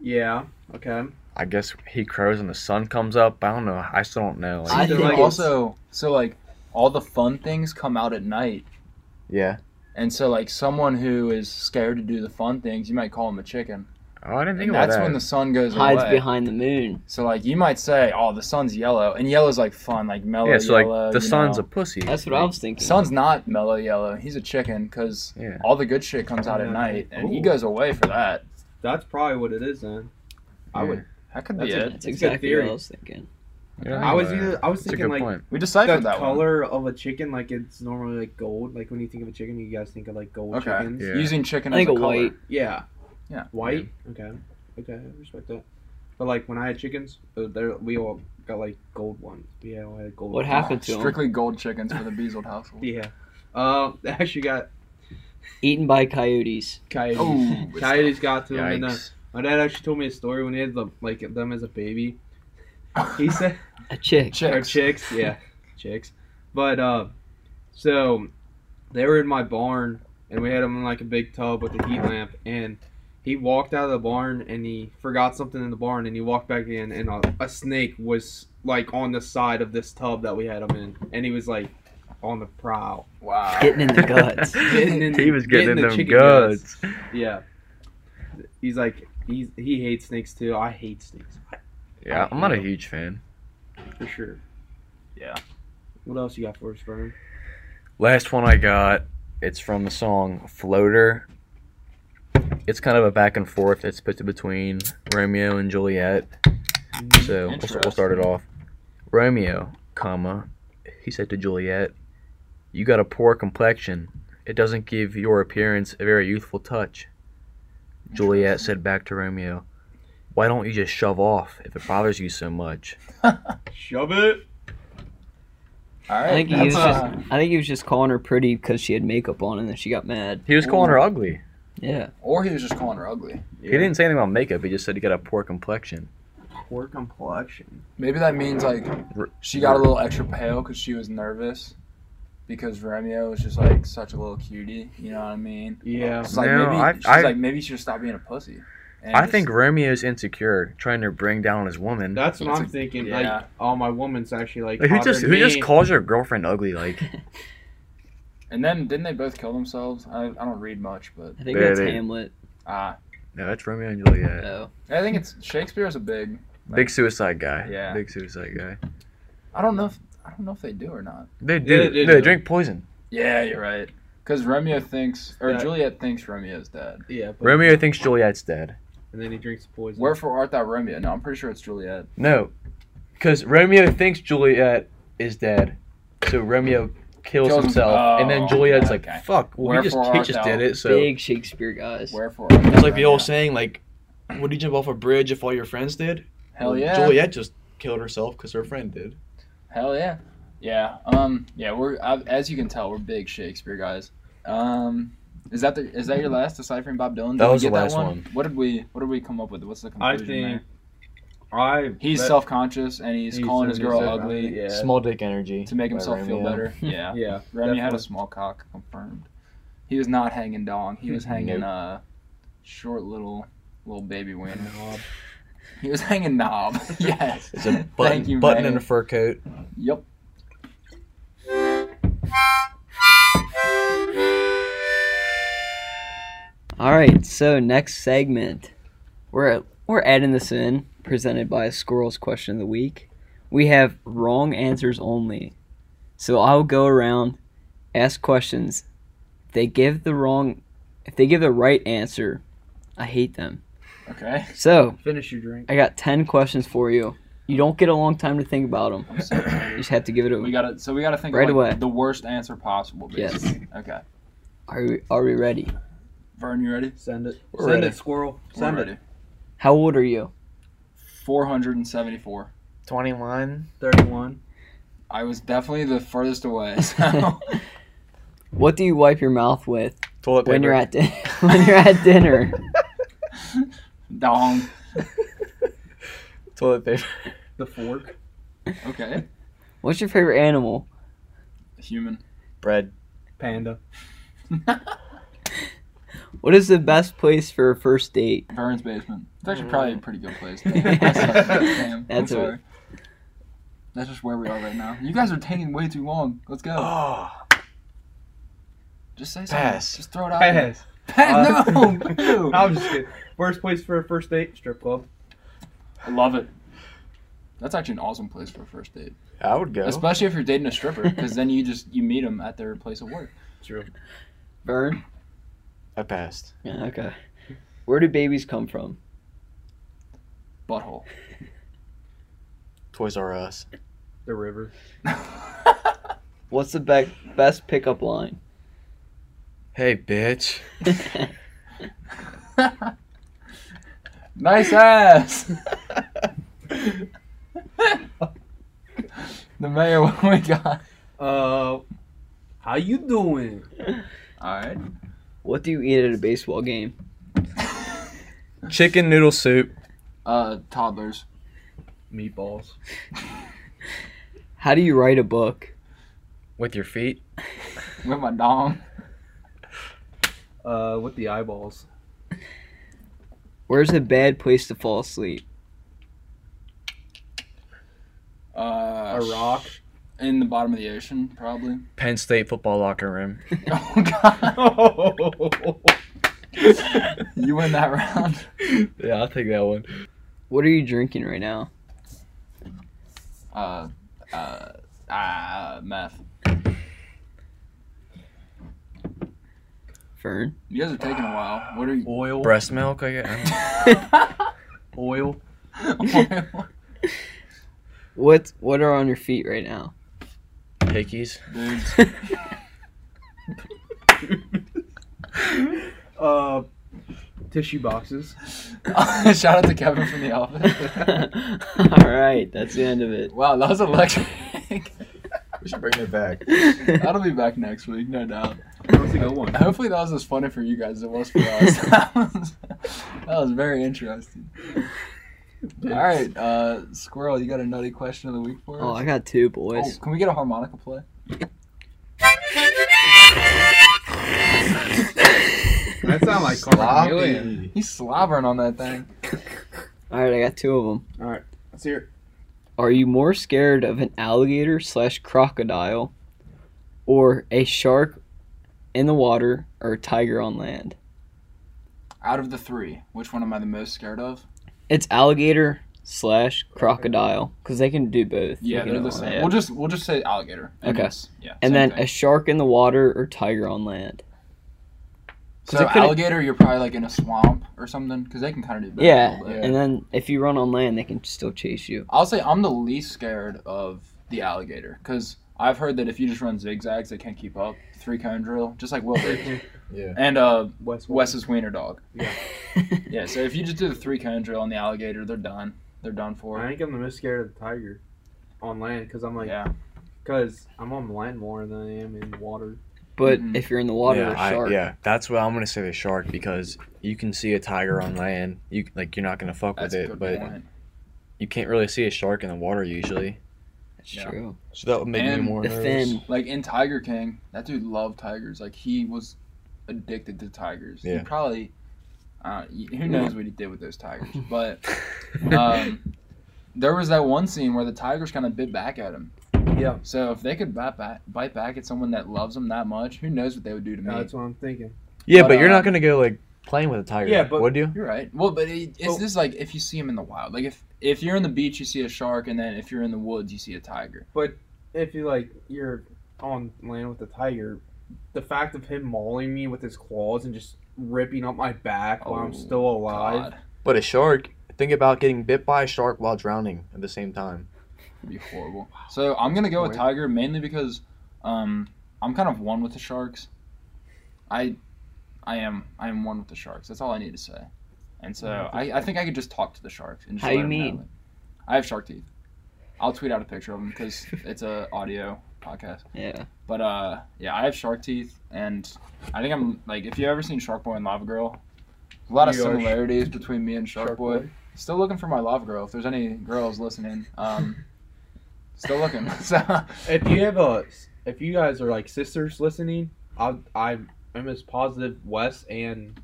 S3: Yeah. Okay.
S5: I guess he crows and the sun comes up. I don't know. I still don't know. Like,
S4: I
S3: They're
S4: think
S3: like-
S4: it's-
S1: also so like all the fun things come out at night
S5: yeah.
S1: and so like someone who is scared to do the fun things you might call them a chicken
S5: Oh, I didn't think
S1: and
S5: about
S1: that's
S5: that.
S1: when the sun goes
S4: hides
S1: away
S4: behind the moon.
S1: so like you might say oh the sun's yellow and yellow's like fun like mellow
S5: yeah. So
S1: yellow,
S5: like the
S1: you
S5: sun's
S1: know.
S5: a pussy.
S4: That's what I was thinking.
S1: sun's not mellow yellow he's a chicken because
S5: Yeah.
S1: all the good shit comes out at
S3: Yeah.
S1: night and he
S3: Ooh.
S1: goes away for that
S3: That's probably what it is then. I would.
S1: that could
S3: That's
S1: be
S3: a-
S1: it
S4: That's
S3: It's a good
S4: exactly what
S3: theory.
S4: I was thinking.
S5: Yeah,
S3: I was
S5: about that.
S3: either. I was
S5: That's a
S3: thinking
S5: good
S3: like
S5: point.
S1: we
S3: the
S1: deciphered that one
S3: color of a chicken, like it's normally like gold. Like when you think of a chicken, you guys think of like gold
S1: Okay.
S3: chickens.
S5: Yeah.
S1: using chicken
S4: I think
S1: as
S4: a
S1: a color
S4: white.
S3: Yeah.
S1: Yeah.
S3: White. Okay. Okay. I respect that. But like when I had chickens, uh, there we all got like gold ones. We all had gold.
S4: What
S3: ones.
S4: happened to him?
S1: strictly gold chickens for the Beasled
S5: *laughs*
S1: household
S3: Yeah. Um. *laughs* They actually got
S4: Eaten by coyotes.
S3: coyotes.
S1: Oh, it's *laughs*
S3: coyotes got to them. And, uh,
S5: Yikes.
S3: my dad actually told me a story when he had the, like them as a baby. He said
S4: A chick.
S3: Or
S1: chicks
S3: chicks, yeah, chicks. But uh, so they were in my barn, and we had them in like a big tub with a heat lamp. And he walked out of the barn, and he forgot something in the barn, and he walked back in, and a, a snake was like on the side of this tub that we had him in, and he was like on the prowl.
S1: wow
S4: Getting in
S1: *laughs*
S4: the guts.
S3: *laughs* Getting in-
S5: *laughs* he was
S3: getting
S5: getting,
S3: the
S5: in them
S3: chicken
S5: guts.
S3: Yeah, he's like he's he hates snakes too. I hate snakes
S5: Yeah, I'm not a huge fan.
S3: for sure.
S1: Yeah.
S3: What else you got for us, Vernon?
S5: Last one I got, it's from the song Floater. It's kind of a back and forth. It's put between Romeo and Juliet. So we'll, we'll start it off. Romeo, comma, he said to Juliet, "You got a poor complexion. It doesn't give your appearance a very youthful touch." Juliet said back to Romeo, "Why don't you just shove off if it bothers you so much?"
S3: Shove it.
S1: all right
S4: I think he
S1: that's,
S4: was just.
S1: uh,
S4: I think he was just calling her pretty because she had makeup on, and then she got mad.
S5: He was calling her ugly.
S4: Yeah.
S1: or he was just calling her ugly
S5: He didn't say anything about makeup. He just said he got a poor complexion.
S3: poor complexion.
S1: Maybe that means like
S7: R-
S1: she got a little extra pale because she was nervous because Romeo was just like such a little cutie. You know what I mean?
S3: Yeah.
S1: It's like
S7: No,
S1: maybe
S7: I-
S1: she's
S7: I-
S1: like maybe she should stop being a pussy. And
S7: I
S1: just-
S7: think Romeo's insecure, trying to bring down his woman.
S3: That's what
S1: That's
S3: I'm
S1: a-
S3: thinking.
S1: yeah.
S3: Like, oh, my woman's actually like.
S7: Like, who
S3: hotter
S7: just
S3: than
S7: who just
S3: me.
S7: calls your girlfriend ugly? Like,
S1: And then didn't they both kill themselves? I, I don't read much, but
S4: I think
S7: Yeah,
S4: that's
S7: they-
S4: Hamlet.
S1: ah,
S7: no, that's Romeo and Juliet.
S4: Oh,
S1: I think it's Shakespeare's a big.
S7: Big suicide guy.
S1: Yeah.
S7: Big suicide guy.
S1: I don't know if I don't know if they do or not.
S7: They
S3: Yeah,
S7: do.
S3: they do.
S7: no, they drink poison.
S1: Yeah, you're right. Because Romeo thinks or
S3: Yeah.
S1: Juliet thinks Romeo's dead.
S3: Yeah. But,
S7: Romeo thinks Juliet's dead.
S3: And then he drinks poison.
S1: Wherefore art thou Romeo? No, I'm pretty sure it's Juliet.
S7: No, because Romeo thinks Juliet is dead, so Romeo kills,
S1: Kills him-
S7: himself, and
S1: oh,
S7: then Juliet's
S1: okay,
S7: like,
S1: okay.
S7: "Fuck, well, he
S1: Wherefore
S7: just he
S1: art
S7: just
S1: thou
S7: did it." So
S4: big Shakespeare guys.
S1: Wherefore art thou
S7: it's like the
S1: Romeo?
S7: old saying, like, "Would you jump off a bridge if all your friends did?"
S1: Hell
S7: Well,
S1: yeah.
S7: Juliet just killed herself because her friend did.
S1: Hell yeah, yeah. Um, yeah. We're i as you can tell, we're big Shakespeare guys. Um, is that the is that your last deciphering Bob Dylan? Did
S7: That
S1: we
S7: was
S1: get
S7: the last one.
S1: What did we What did we come up with? What's the
S3: I
S1: conclusion? there?
S3: think. I.
S1: he's
S3: bet-
S1: self conscious and he's,
S3: he's
S1: calling his girl
S3: self-
S1: ugly
S3: Yeah.
S7: Small dick energy
S1: to make
S7: by
S1: himself feel
S7: Romeo. *laughs*
S1: better. Yeah.
S3: Yeah.
S1: Remy had a
S3: definitely.
S1: small cock confirmed. He was not hanging dong.
S7: *laughs*
S1: He was hanging uh, short little little baby wiener. He was hanging knob. *laughs* yes.
S7: It's
S5: *laughs*
S7: a button,
S1: Thank you,
S7: button
S1: man.
S7: and a fur coat.
S1: Yep.
S4: All right, so next segment, we're we're adding this in, presented by Squirrel's Question of the Week. We have wrong answers only, so I'll go around, ask questions. If they give the wrong, if they give the right answer, I hate them.
S1: Okay.
S4: So
S3: Finish your drink.
S4: I got ten questions for you. You don't get a long time to think about them.
S1: I'm sorry.
S4: You just have to give it
S1: We
S4: a.
S1: gotta so we gotta think
S4: Right
S1: of like,
S4: away.
S1: the worst answer possible.
S4: Yes.
S1: Basically. Okay.
S4: Are we, are we ready?
S1: Vern, you ready?
S3: Send it.
S7: We're
S3: Send
S7: ready.
S3: it, squirrel. Send it.
S4: How old are you?
S1: Four hundred and seventy-four.
S5: Twenty-one.
S3: 31.
S1: I was definitely the furthest
S4: *laughs*
S1: away. So.
S4: What do you wipe your mouth with
S7: Toilet paper.
S4: when you're at din- *laughs* when you're at dinner?
S1: Dong.
S7: *laughs* toilet paper.
S3: The fork.
S1: Okay.
S4: What's your favorite animal?
S1: Human. *laughs*
S5: Bread.
S3: Panda.
S4: What is the best place for a first date?
S1: *laughs* Vern's basement. It's actually probably a pretty good
S4: *laughs*
S1: place. Damn. I'm
S4: That's a-
S1: sorry. That's just where we are right now. You guys are taking way too long. Let's go.
S5: Oh,
S1: just say something.
S5: pass.
S1: Just throw it out. there.
S3: Pass.
S1: Pass. *laughs* no.
S3: *laughs*
S1: boo.
S3: Uh, I'm just kidding. Worst place for a first date? Strip club.
S1: I love it. That's actually an awesome place for a first date.
S5: I would go.
S1: Especially if you're dating a stripper, because then you just you meet them at their place of work.
S3: True.
S4: Bird.
S5: I passed.
S4: Yeah, okay. Where do babies come from?
S1: Butthole.
S5: Toys R Us.
S3: The river.
S4: What's the be- best pickup line? *laughs*
S7: Hey, bitch.
S1: nice ass. the mayor. What we got?
S3: Uh, how you doing?
S1: All right.
S4: what do you eat at a baseball game?
S7: Chicken noodle soup.
S1: Uh, toddlers.
S3: Meatballs.
S4: How do you write a book?
S7: With your feet.
S1: With my dong.
S3: Uh, with the eyeballs.
S4: Where's a bad place to fall asleep?
S1: Uh,
S3: A rock. *laughs*
S1: in the bottom of the ocean, probably.
S7: Penn State football locker
S5: *laughs*
S7: room.
S1: Oh God! you win that round.
S7: yeah, I'll take that one.
S4: What are you drinking right now?
S1: Uh, uh, ah, meth.
S4: Fern.
S1: You guys are taking a while. What are
S3: *laughs*
S1: you? *laughs*
S3: Oil.
S7: Breast milk, I guess. *laughs*
S3: Oil. *laughs*
S4: What what are on your feet right now? *laughs*
S7: Hickeys.
S1: Dudes.
S3: Uh, tissue boxes.
S1: Shout out to Kevin from the
S4: *laughs*
S1: office.
S4: All right, that's the end of it.
S1: Wow, that was electric.
S5: We should bring it back.
S1: *laughs* That'll be back next week, no doubt.
S3: That was a good one.
S1: Hopefully, that was as funny *laughs* for you guys as it was for us. that, was, that was very interesting. All right, uh, Squirrel, you got a nutty question of the week for us?
S4: Oh, I got two
S1: Oh,
S4: boys.
S1: can we get a harmonica play?
S3: That sound like Carmen
S1: Sloppy. He's slobbering on that thing.
S4: All right, I got two of them.
S3: Let's hear it.
S4: Are you more scared of an alligator slash crocodile, or a shark in the water, or a tiger on land?
S1: Out of the three, which one am I the most scared of?
S4: It's alligator slash crocodile because they can do both.
S1: Yeah,
S4: They
S1: they're
S4: can do
S1: the
S4: all
S1: same.
S4: that.
S1: We'll just we'll just say alligator. And
S4: Okay.
S1: it's- Yeah.
S4: And
S1: same
S4: then
S1: thing.
S4: a shark in the water or tiger on land. 'cause
S1: so
S4: it could've-
S1: alligator, you're probably like in a swamp or something because they can kind of do. both a
S4: Yeah,
S1: little bit.
S4: and then if you run on land, they can still chase you.
S1: I'll say I'm the least scared of the alligator because I've heard that if you just run zigzags, they can't keep up. Three cone drill, just like Will did.
S5: Yeah.
S1: And uh,
S3: Wes.
S1: Wes's wiener dog.
S3: Yeah.
S1: yeah. So if you just do the three cone drill on the alligator, they're done. They're done
S3: I
S1: for.
S3: think I'm the most scared of the tiger on land because I'm like,
S1: Yeah.
S3: because I'm on land more than I am in the water.
S4: But
S1: Mhm.
S4: if you're in the water,
S5: yeah,
S4: a
S5: I-
S4: shark.
S5: yeah, that's what I'm gonna say. The shark because you can see a tiger on land. You like you're not gonna fuck
S1: That's
S5: with
S1: a
S5: it,
S1: good
S5: but
S1: point.
S5: you can't really see a shark in the water usually.
S4: That's
S1: Yeah.
S4: true.
S5: So that would make
S1: And
S5: me more
S4: The
S5: nervous.
S4: fin.
S1: Like in Tiger King, that dude loved tigers. Like he was addicted to tigers. He
S5: Yeah.
S1: probably, uh, y- who knows what he did with those tigers. But *laughs*
S5: *laughs*
S1: um, there was that one scene where the tigers kind of bit back at him.
S3: Yeah.
S1: So if they could bite back, bite back at someone that loves them that much, who knows what they would do to me?
S3: That's what I'm thinking.
S5: yeah,
S1: but,
S5: but, you're
S1: uh,
S5: not gonna go like playing with a tiger.
S3: Yeah, but-
S5: would you?
S1: You're right. Well, but it, it's
S3: Well-
S1: just like if you see them in the wild. Like if if you're on the beach, you see a shark, and then if you're in the woods, you see a tiger.
S3: If you like, you're on land with the tiger. The fact of him mauling me with his claws and just ripping up my back while
S1: Oh,
S3: I'm still alive.
S1: God,
S5: But a shark. Think about getting bit by a shark while drowning at the same time.
S1: it'd be horrible. So I'm gonna go with
S3: Horrible.
S1: tiger mainly because um I'm kind of one with the sharks. I I am I am one with the sharks. That's all I need to say. And so I, I think I could just talk to the sharks and just
S4: How
S1: let
S4: you
S1: 'em know,
S4: mean?
S1: like, I have shark teeth. I'll tweet out a picture of them because it's a *laughs* audio podcast.
S4: Yeah.
S1: But uh, yeah, I have shark teeth, and I think I'm like if you ever seen Shark Boy and Lava Girl, a lot of
S3: You are sh-
S1: similarities between me and Shark, Boy. Still looking for my Lava Girl. If there's any girls listening, um, still looking. *laughs* so
S3: If you have a, if you guys are like sisters listening, I I am as positive Wes and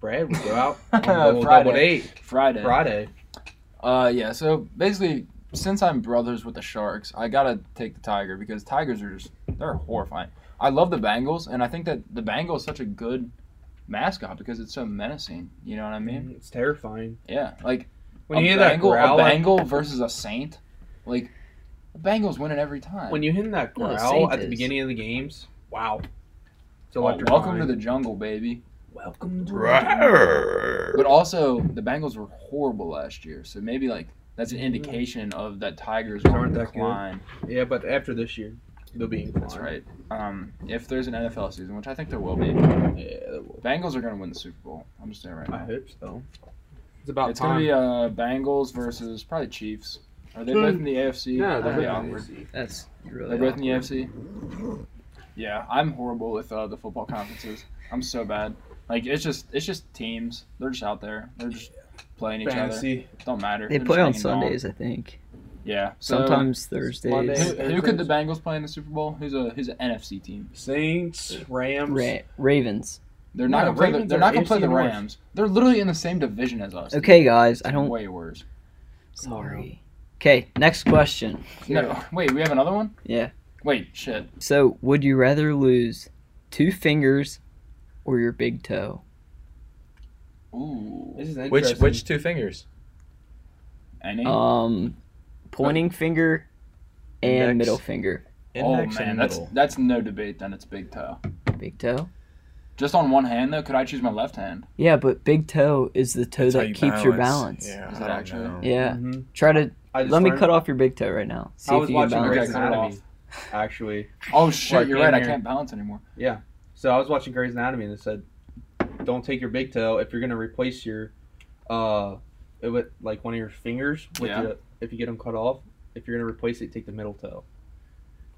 S3: Brad would
S1: *laughs*
S3: go out on a little double
S1: Friday.
S3: date
S1: Friday.
S3: Friday.
S1: Uh, yeah. So basically, since I'm brothers with the sharks, I gotta take the tiger because tigers are just they're horrifying. I love the Bengals, and I think that the Bengal is such a good mascot because it's so menacing. You know what I mean?
S3: It's terrifying
S1: Yeah. Like
S3: Mm-hmm. when
S1: a
S3: you hear
S1: Bengal,
S3: that growl.
S1: a
S3: at-
S1: Bengal versus a Saint, like the Bengals winning every time.
S3: when you hear that
S4: No,
S3: growl
S4: Saint
S3: at the
S4: is.
S3: beginning of the games, wow. It's
S1: Oh,
S3: electrifying.
S1: welcome to the jungle, baby.
S3: welcome to
S1: But also, the Bengals were horrible last year, so maybe like that's an indication of that Tigers are on
S3: Aren't Mm. that good.
S1: decline.
S3: Yeah, but after this year, they'll be in
S1: That's right. Um, if there's an NFL season, which I think there will be,
S3: Yeah, they will.
S1: Bengals are going to win the Super Bowl. I'm just saying right
S3: I
S1: now.
S3: hope so. It's about
S1: It's going
S3: time.
S1: to be uh, Bengals versus probably Chiefs. Are they both in the AFC?
S3: no,
S1: That'd
S3: they're
S1: be
S3: not
S1: awkward.
S4: That's really.
S1: They're both in the AFC. Yeah, I'm horrible with uh, the football conferences. I'm so bad. Like it's just it's just teams. They're just out there. They're just playing each
S3: fantasy.
S1: other. Don't matter.
S4: They
S1: They're
S4: play on
S1: just hanging
S4: Sundays, I think.
S1: out. Yeah. So,
S4: Sometimes
S3: Monday.
S1: Who,
S4: Thursdays.
S1: who could the Bengals play in the Super Bowl? Who's a who's an NFC team?
S3: Saints, Rams.
S4: Ra- Ravens.
S1: They're not
S3: No,
S1: gonna play. The,
S3: Ravens
S1: they're
S3: are
S1: not gonna play
S3: AFC
S1: the
S3: North.
S1: Rams. They're literally in the same division as us.
S4: Okay, guys, I don't.
S1: Way worse.
S4: Sorry. Okay, next question.
S1: No, wait. We have another one.
S4: Yeah.
S1: Wait. Shit.
S4: So, would you rather lose two fingers or your big toe?
S1: Ooh.
S3: This is interesting.
S5: Which which two fingers?
S1: Any?
S4: Um, pointing finger and
S5: Index.
S4: middle finger.
S1: oh
S5: Index
S1: man,
S5: and
S1: that's
S5: middle.
S1: that's no debate. Then it's big toe.
S4: Big toe.
S1: Just on one hand though, could I choose my left hand?
S4: Yeah, but big toe is the toe
S5: That's how
S4: that
S5: you
S4: keeps your balance. Yeah.
S5: Yeah,
S1: Is
S5: I
S1: it
S5: don't
S1: actually?
S5: know.
S3: Mhm.
S1: Mm-hmm.
S4: Try to
S3: I just
S4: let me
S3: learned-
S4: cut off your big toe right now. See
S3: I
S4: if
S3: was
S4: you can
S3: watching
S4: balance.
S3: Grey's
S1: Okay, cut it
S3: Anatomy, actually.
S1: Oh shit,
S3: Like,
S1: you're right. I
S3: in
S1: can't balance anymore.
S3: So I was watching Grey's Anatomy and it said, "Don't take your big toe if you're gonna replace your, uh, it with like one of your fingers with
S1: Yeah.
S3: the, if you get them cut off. If you're gonna replace it, take the middle toe."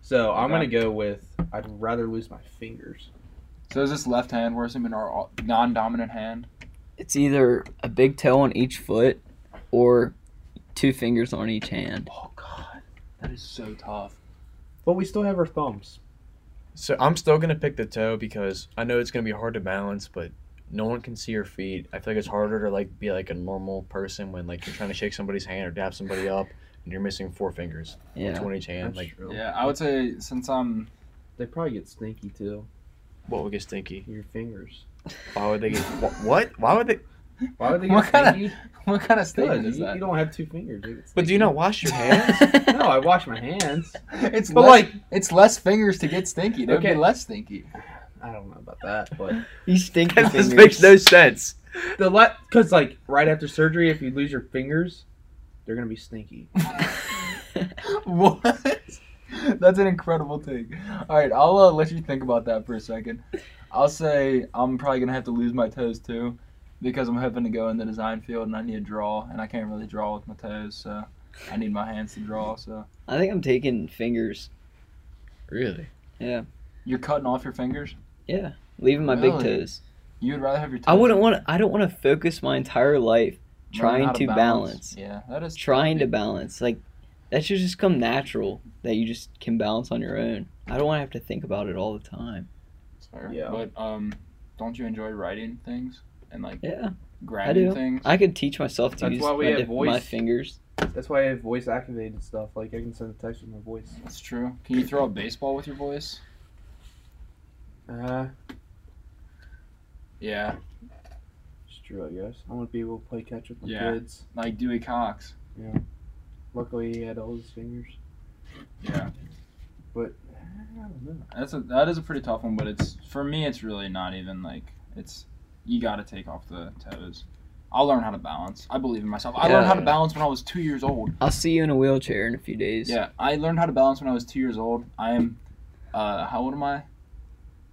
S3: So I'm
S1: Okay.
S3: gonna go with I'd rather lose my fingers.
S1: So is this left hand worse than our all- non-dominant hand?
S4: It's either a big toe on each foot or two fingers on each hand.
S1: Oh god, that is so tough.
S3: But we still have our thumbs.
S5: So I'm still gonna pick the toe because I know it's gonna be hard to balance, but no one can see your feet. I feel like it's harder to like be like a normal person when like you're trying to shake somebody's hand or dab somebody up and you're missing four fingers, yeah.
S4: Yeah.
S5: on each hand. Like
S3: true.
S1: Yeah, I would say since I'm *laughs*
S3: They probably get stinky too.
S5: what would get stinky?
S3: Your fingers.
S5: Why would they get wh- what? Why would they?
S3: Why would they
S1: What
S3: get
S1: kinda
S3: stinky?
S1: what kind of statement
S3: Good.
S1: is
S3: You, you
S1: that?
S3: don't have two fingers. they get
S5: But do you not wash your
S4: *laughs*
S5: hands? *laughs*
S3: stinky. No, I wash my hands.
S1: *laughs* It's
S3: But,
S1: less,
S3: like-
S1: it's less fingers to get stinky. They'd
S3: Okay.
S1: be less
S3: *laughs*
S1: stinky.
S3: I don't know about that, but
S4: you stink your
S5: this
S4: fingers.
S5: makes no sense.
S3: the let because like right after surgery, if you lose your fingers, they're gonna be stinky.
S1: What? *laughs* That's an incredible take. All right, I'll uh, let you think about that for a second. I'll say I'm probably gonna have to lose my toes too, because I'm hoping to go in the design field and I need to draw, and I can't really draw with my toes, so I need my hands to draw. So
S4: *laughs* I think I'm taking fingers.
S5: Really?
S4: Yeah.
S1: you're cutting off your fingers.
S4: Yeah. Leaving my big
S1: Really?
S4: toes.
S1: You would rather have your toes.
S4: I wouldn't want to, I don't want to focus my entire life
S1: learning
S4: trying
S1: how
S4: to balance.
S1: Yeah, that is
S4: trying to balance. Like that should just come natural that you just can balance on your own. I don't want to have to think about it all the time.
S1: Sorry,
S3: Yeah.
S1: But um, don't you enjoy writing things and like
S4: Yeah.
S1: grabbing
S4: do.
S1: things?
S4: I could teach myself to
S3: That's
S4: use
S3: why we
S4: my,
S3: have
S4: diff- my
S3: voice.
S4: fingers.
S3: That's why I have voice activated stuff. Like I can send a text with my voice.
S1: That's true. Can you throw a baseball with your voice? Uh-huh.
S3: Uh,
S1: Yeah.
S3: it's true, I guess. I want to be able to play catch with my
S1: Yeah.
S3: kids.
S1: Like Dewey Cox.
S3: Luckily, he had all his fingers.
S1: Yeah.
S3: I don't know.
S1: That's a that is a pretty tough one, but it's for me it's really not even like it's you gotta take off the toes. I'll learn how to balance. I believe in myself. I learned how to
S5: Yeah.
S1: balance when I was two years old.
S4: I'll see you in a wheelchair in a few days.
S1: Yeah, I learned how to balance when I was two years old. I am, uh, how old am I?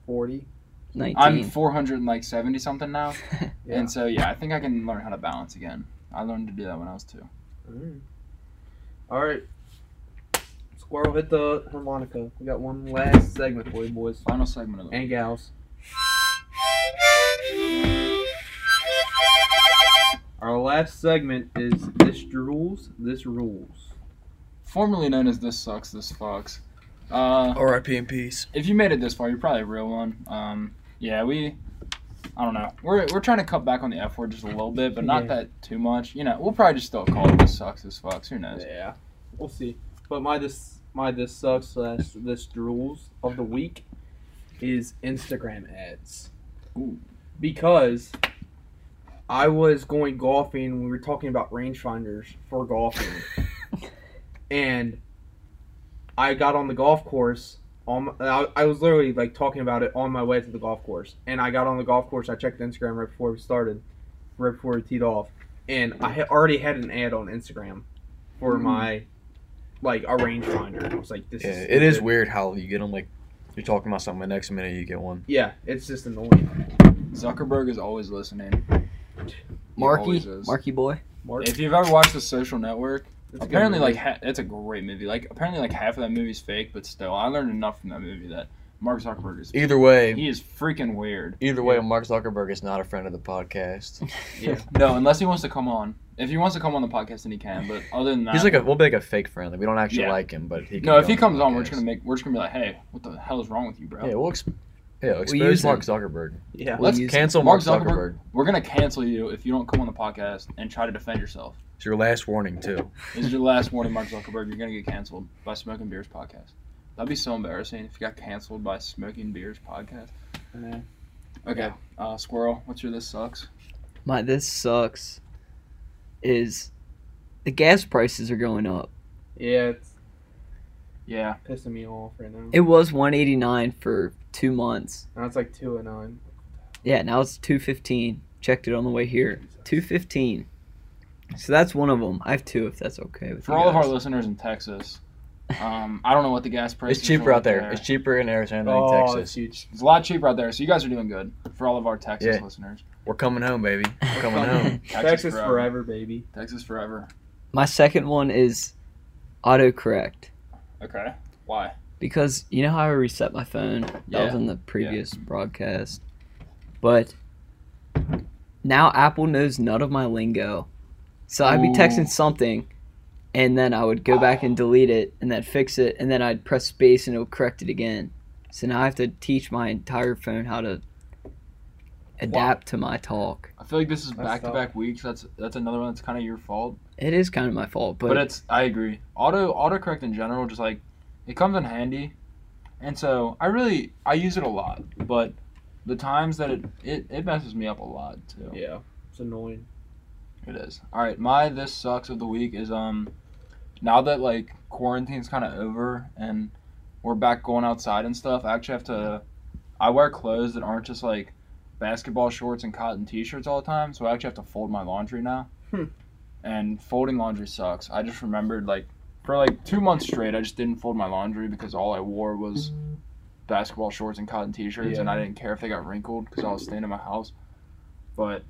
S3: 40.
S4: 19.
S1: I'm 470 something now,
S4: *laughs*
S3: Yeah.
S1: and so yeah, I think I can learn how to balance again. I learned to do that when I was two.
S3: Alright. Alright. Squirrel hit the harmonica. We got one last segment for you, boys
S1: Final segment of the
S3: and gals. Our last segment is This Rules, This Rules.
S1: formerly known as this sucks, this fucks. Uh,
S5: R.I.P. in peace.
S1: if you made it this far, you're probably a real one. Um, yeah, we, I don't know. We're, we're trying to cut back on the F word just a little bit, but not
S3: Yeah.
S1: that too much. You know, we'll probably just still call it this sucks, this fucks. Who knows?
S3: Yeah. We'll see. But my this my this sucks slash this drools of the week is Instagram ads.
S1: Ooh.
S3: Because I was going golfing, we were talking about rangefinders for golfing.
S1: *laughs*
S3: and I got on the golf course on my, I, I was literally like talking about it on my way to the golf course. And I got on the golf course, I checked Instagram right before we started, right before we teed off. And I had already had an ad on Instagram for my like a rangefinder. And I was like, this
S5: Mm-hmm. Yeah,
S3: is
S5: it is
S3: stupid.
S5: weird how you get them like you're talking about something, the next minute you get one.
S3: Yeah, it's just annoying.
S1: Zuckerberg is always listening. He
S4: Marky,
S1: always is.
S4: Marky boy.
S3: Mark,
S1: If you've ever watched The Social Network,
S3: it's a good
S1: apparently
S3: movie.
S1: like ha- it's a great movie. Like apparently like half of that movie's fake, but still, I learned enough from that movie that Mark Zuckerberg is
S5: Either way,
S1: he is freaking weird.
S5: either way, Mark Zuckerberg is not a friend of the podcast.
S1: Yeah. no, unless he wants to come on. If he wants to come on the podcast, then he can. But other than that,
S5: He's like a we'll be like a fake friend. Like we don't actually
S1: Yeah.
S5: like him, but he can
S1: No,
S5: be
S1: if he
S5: the
S1: comes on, we're just
S5: podcast.
S1: gonna make we're just gonna be like, hey, what the hell is wrong with you, bro?
S5: Yeah, we'll exp- yeah, we'll
S4: We
S5: expose
S4: use
S5: Mark Zuckerberg.
S3: yeah,
S1: *laughs*
S4: We'll
S5: Let's
S4: use
S5: cancel
S1: Mark
S5: Mark
S1: Zuckerberg.
S5: Zuckerberg.
S1: We're gonna cancel you if you don't come on the podcast and try to defend yourself.
S5: It's your last warning too.
S1: This is your last warning, Mark Zuckerberg. You're gonna get canceled by Smoking Beers podcast. That'd be so embarrassing if you got canceled by Smoking Beers podcast.
S3: Yeah.
S1: Okay, uh, Squirrel, what's your this sucks?
S4: *laughs* My this sucks. Is the gas prices are going up.
S3: yeah, it's
S1: Yeah,
S3: pissing me off right now.
S4: It was 189 for 2 months.
S3: now it's like two and nine.
S4: Yeah, now it's 215. Checked it on the way here. 215. So that's one of them. I have two if that's okay with
S1: for
S4: you
S1: all of our
S4: guys.
S1: listeners in Texas, um, I don't know what the gas price.
S5: It's cheaper out there. It's cheaper in Arizona than
S3: Oh, it's
S5: Texas.
S3: huge.
S1: It's a lot cheaper out there, so you guys are doing good. For all of our Texas
S5: Yeah.
S1: listeners,
S5: We're coming home, baby.
S4: *laughs*
S5: We're coming home.
S1: Texas
S3: Texas, forever.
S1: forever,
S3: baby.
S1: Texas forever.
S4: My second one is autocorrect.
S1: Okay, why?
S4: Because you know how I reset my phone? That was
S1: Yeah.
S4: in the previous broadcast. But now Apple knows none of my lingo. So I'd be
S1: Ooh.
S4: texting something and then I would go back and delete it, and then fix it, and then I'd press space and it'll correct it again. So now I have to teach my entire phone how to adapt to my talk.
S1: I feel like this is back to back weeks. That's that's another one that's kind of your fault.
S4: It is kind of my fault, but,
S1: But, it's I agree. Auto autocorrect in general, just like it comes in handy, and so I really I use it a lot. But the times that it it, it messes me up a lot too.
S3: Yeah, it's annoying.
S1: It is. All right, my this sucks of the week is um now that like quarantine's kind of over and we're back going outside and stuff, I actually have to I wear clothes that aren't just like basketball shorts and cotton t-shirts all the time, so I actually have to fold my laundry now.
S3: Hmm.
S1: And folding laundry sucks. I just remembered like for like 2 months straight I just didn't fold my laundry because all I wore was basketball shorts and cotton t-shirts and I didn't care if they got wrinkled cuz I was staying in my house. But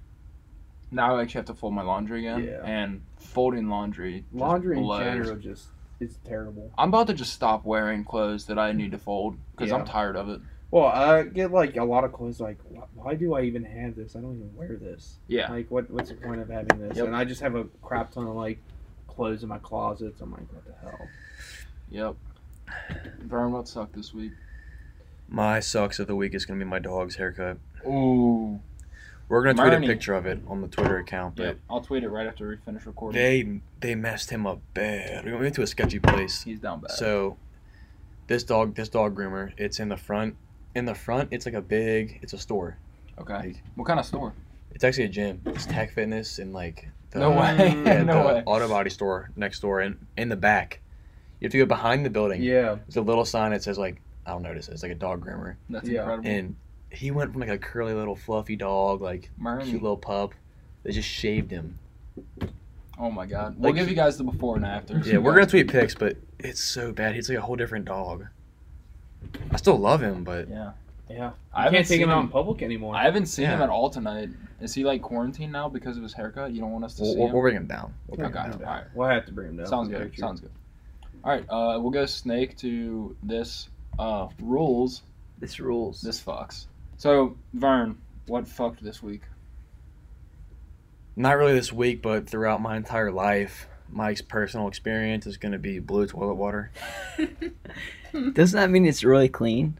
S1: now I actually have to fold my laundry again,
S3: Yeah.
S1: and folding laundry. just
S3: Laundry in
S1: blows.
S3: general just is terrible.
S1: I'm about to just stop wearing clothes that I need to fold because
S3: Yeah.
S1: I'm tired of it.
S3: Well, I get like a lot of clothes. Like, wh- why do I even have this? I don't even wear this.
S1: Yeah,
S3: Like, what what's the point of having this?
S1: Yep.
S3: And I just have a crap ton of like clothes in my closets. I'm like, what the hell?
S1: yep. Vern, what sucked this week?
S5: My sucks of the week is gonna be my dog's haircut.
S1: Ooh,
S5: We're gonna tweet
S1: Marnie.
S5: a picture of it on the Twitter account, but
S1: yep. I'll tweet it right after we finish recording.
S5: they they messed him up bad. We went to a sketchy place.
S1: He's down bad.
S5: So this dog this dog groomer, it's in the front. In the front, it's like a big it's a store.
S1: okay, what kind of store?
S5: It's actually a gym. It's Tech Fitness and like the,
S1: no way, *laughs*
S5: Yeah,
S1: no
S5: the
S1: way.
S5: auto body store next door and in the back. You have to go behind the building.
S3: Yeah.
S5: There's a little sign that says like I don't notice it. It's like a dog groomer.
S1: That's
S3: Yeah.
S1: incredible.
S5: And he went from like a curly little fluffy dog, like cute
S1: Marnie.
S5: little pup. They just shaved him.
S1: Oh my God. We'll
S5: Like
S1: give you guys the before and after.
S5: Yeah, we're gonna tweet pics, but it's so bad. He's like a whole different dog. I still love him, but
S1: Yeah.
S3: Yeah.
S1: I
S3: I
S1: haven't
S3: can't take
S1: seen
S3: him out in
S1: him.
S3: public anymore.
S1: I haven't seen him
S5: Yeah.
S1: at all tonight. Is he like quarantined now because of his haircut? You don't want us to
S5: we'll,
S1: see
S5: we'll,
S1: him.
S5: we'll bring him down. We'll bring
S1: okay.
S5: him
S1: All
S5: down.
S1: right.
S3: We'll have to bring him down.
S1: Sounds
S3: for the
S1: good.
S3: picture.
S1: Sounds good. All right, uh, we'll go snake to this uh, rules.
S4: this
S1: *laughs*
S4: rules.
S1: This fucks. So Vern, what fucked this
S4: *laughs*
S1: week?
S5: Not really this week, but throughout my entire life, my ex- personal experience is gonna be blue toilet water.
S4: Doesn't that mean it's really clean?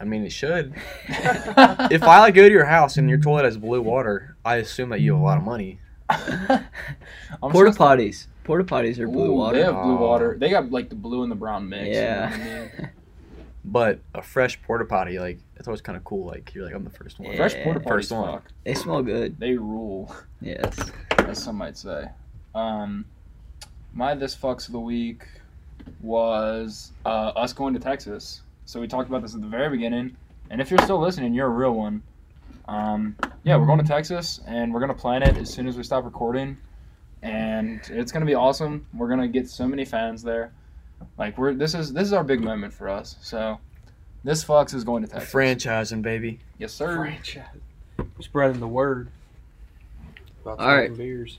S5: I mean, it *laughs* should.
S1: if *laughs*
S5: If I like go to your house and your toilet has blue water, I assume that you have a lot of money.
S4: Porta potties. Porta potties are blue water. Oh.
S1: They have blue
S5: Aw.
S1: water. They got like the blue and the brown mix. you know what I
S4: yeah.
S1: mean?
S5: But a fresh porta potty, like that's always kind of cool. Like you're like I'm the first one.
S4: Yeah.
S1: Fresh porta potties
S5: First one.
S1: fuck.
S4: they smell good.
S1: They rule,
S4: Yes.
S1: as some might say. Um, my this fucks of the week was uh, us going to Texas. So we talked about this at the very beginning. And if you're still listening, you're a real one. Um, yeah, we're going to Texas and we're going to plan it as soon as we stop recording. And it's going to be awesome. We're going to get so many fans there. Like we're this is this is our big moment for us. So this fucks is going to Texas.
S5: Franchising, baby.
S1: Yes, sir.
S3: Franchise. Spreading the word. About
S4: All right.
S3: smoking Beers.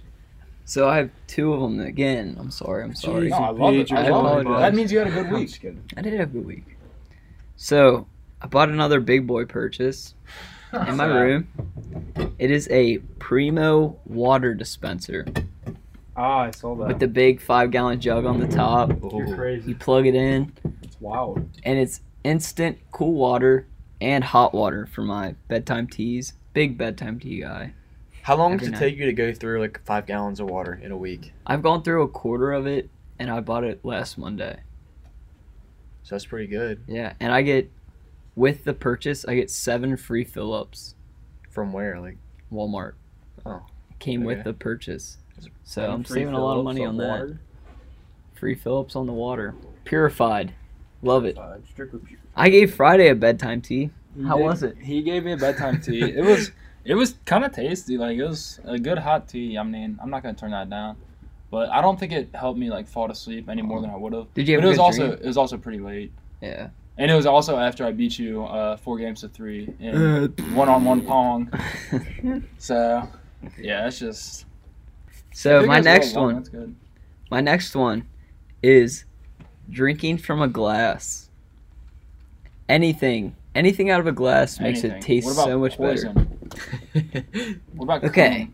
S4: So I have two of them again. I'm sorry. I'm sorry.
S1: No, I
S3: Oh.
S1: love it. I
S4: I
S1: love it.
S4: apologize.
S1: That means you had a good
S3: I'm
S1: week.
S3: just kidding.
S4: I did have a good week. So I bought another big boy purchase
S1: *laughs*
S4: in my room. It is a Primo water dispenser
S3: Ah, I saw that.
S4: with the big five gallon jug on the top.
S3: You're
S4: You
S3: crazy.
S4: plug it in,
S3: It's wild.
S4: and it's instant cool water and hot water for my bedtime teas. Big bedtime tea guy.
S5: How long
S4: Every
S5: does it
S4: night.
S5: take you to go through like five gallons of water in a week?
S4: I've gone through a quarter of it, and I bought it last Monday.
S5: So that's pretty good.
S4: Yeah, and I get with the purchase, I get seven free fill ups.
S5: From where? Like
S4: Walmart.
S5: Oh,
S4: Came with
S5: okay.
S4: the purchase. So
S3: And
S4: I'm
S3: free
S4: saving a lot
S3: fill-ups
S4: of money on that.
S3: water.
S4: Free Phillips on the water. Purified. Love it.
S3: Uh, strictly pure.
S4: I gave Friday a bedtime tea. How was it?
S1: He gave me a bedtime tea. It was it was kind of tasty. Like it was a good hot tea. I mean, I'm not gonna turn that down. But I don't think it helped me like fall asleep any more than I would have.
S4: Did you have
S1: But it
S4: a
S1: was
S4: good
S1: also
S4: dream?
S1: it was also pretty late,
S4: Yeah.
S1: and it was also after I beat you uh, four games to three in
S4: Uh,
S1: one on
S4: *laughs*
S1: one pong. So yeah, it's just. I
S4: so
S1: think
S4: my
S1: it's a little
S4: next
S1: long,
S4: one,
S1: That's good.
S4: my next one is drinking from a glass. Anything, anything out of a glass makes
S1: Anything.
S4: it taste
S1: What about
S4: so much
S1: poison?
S4: better.
S1: What about
S4: Okay.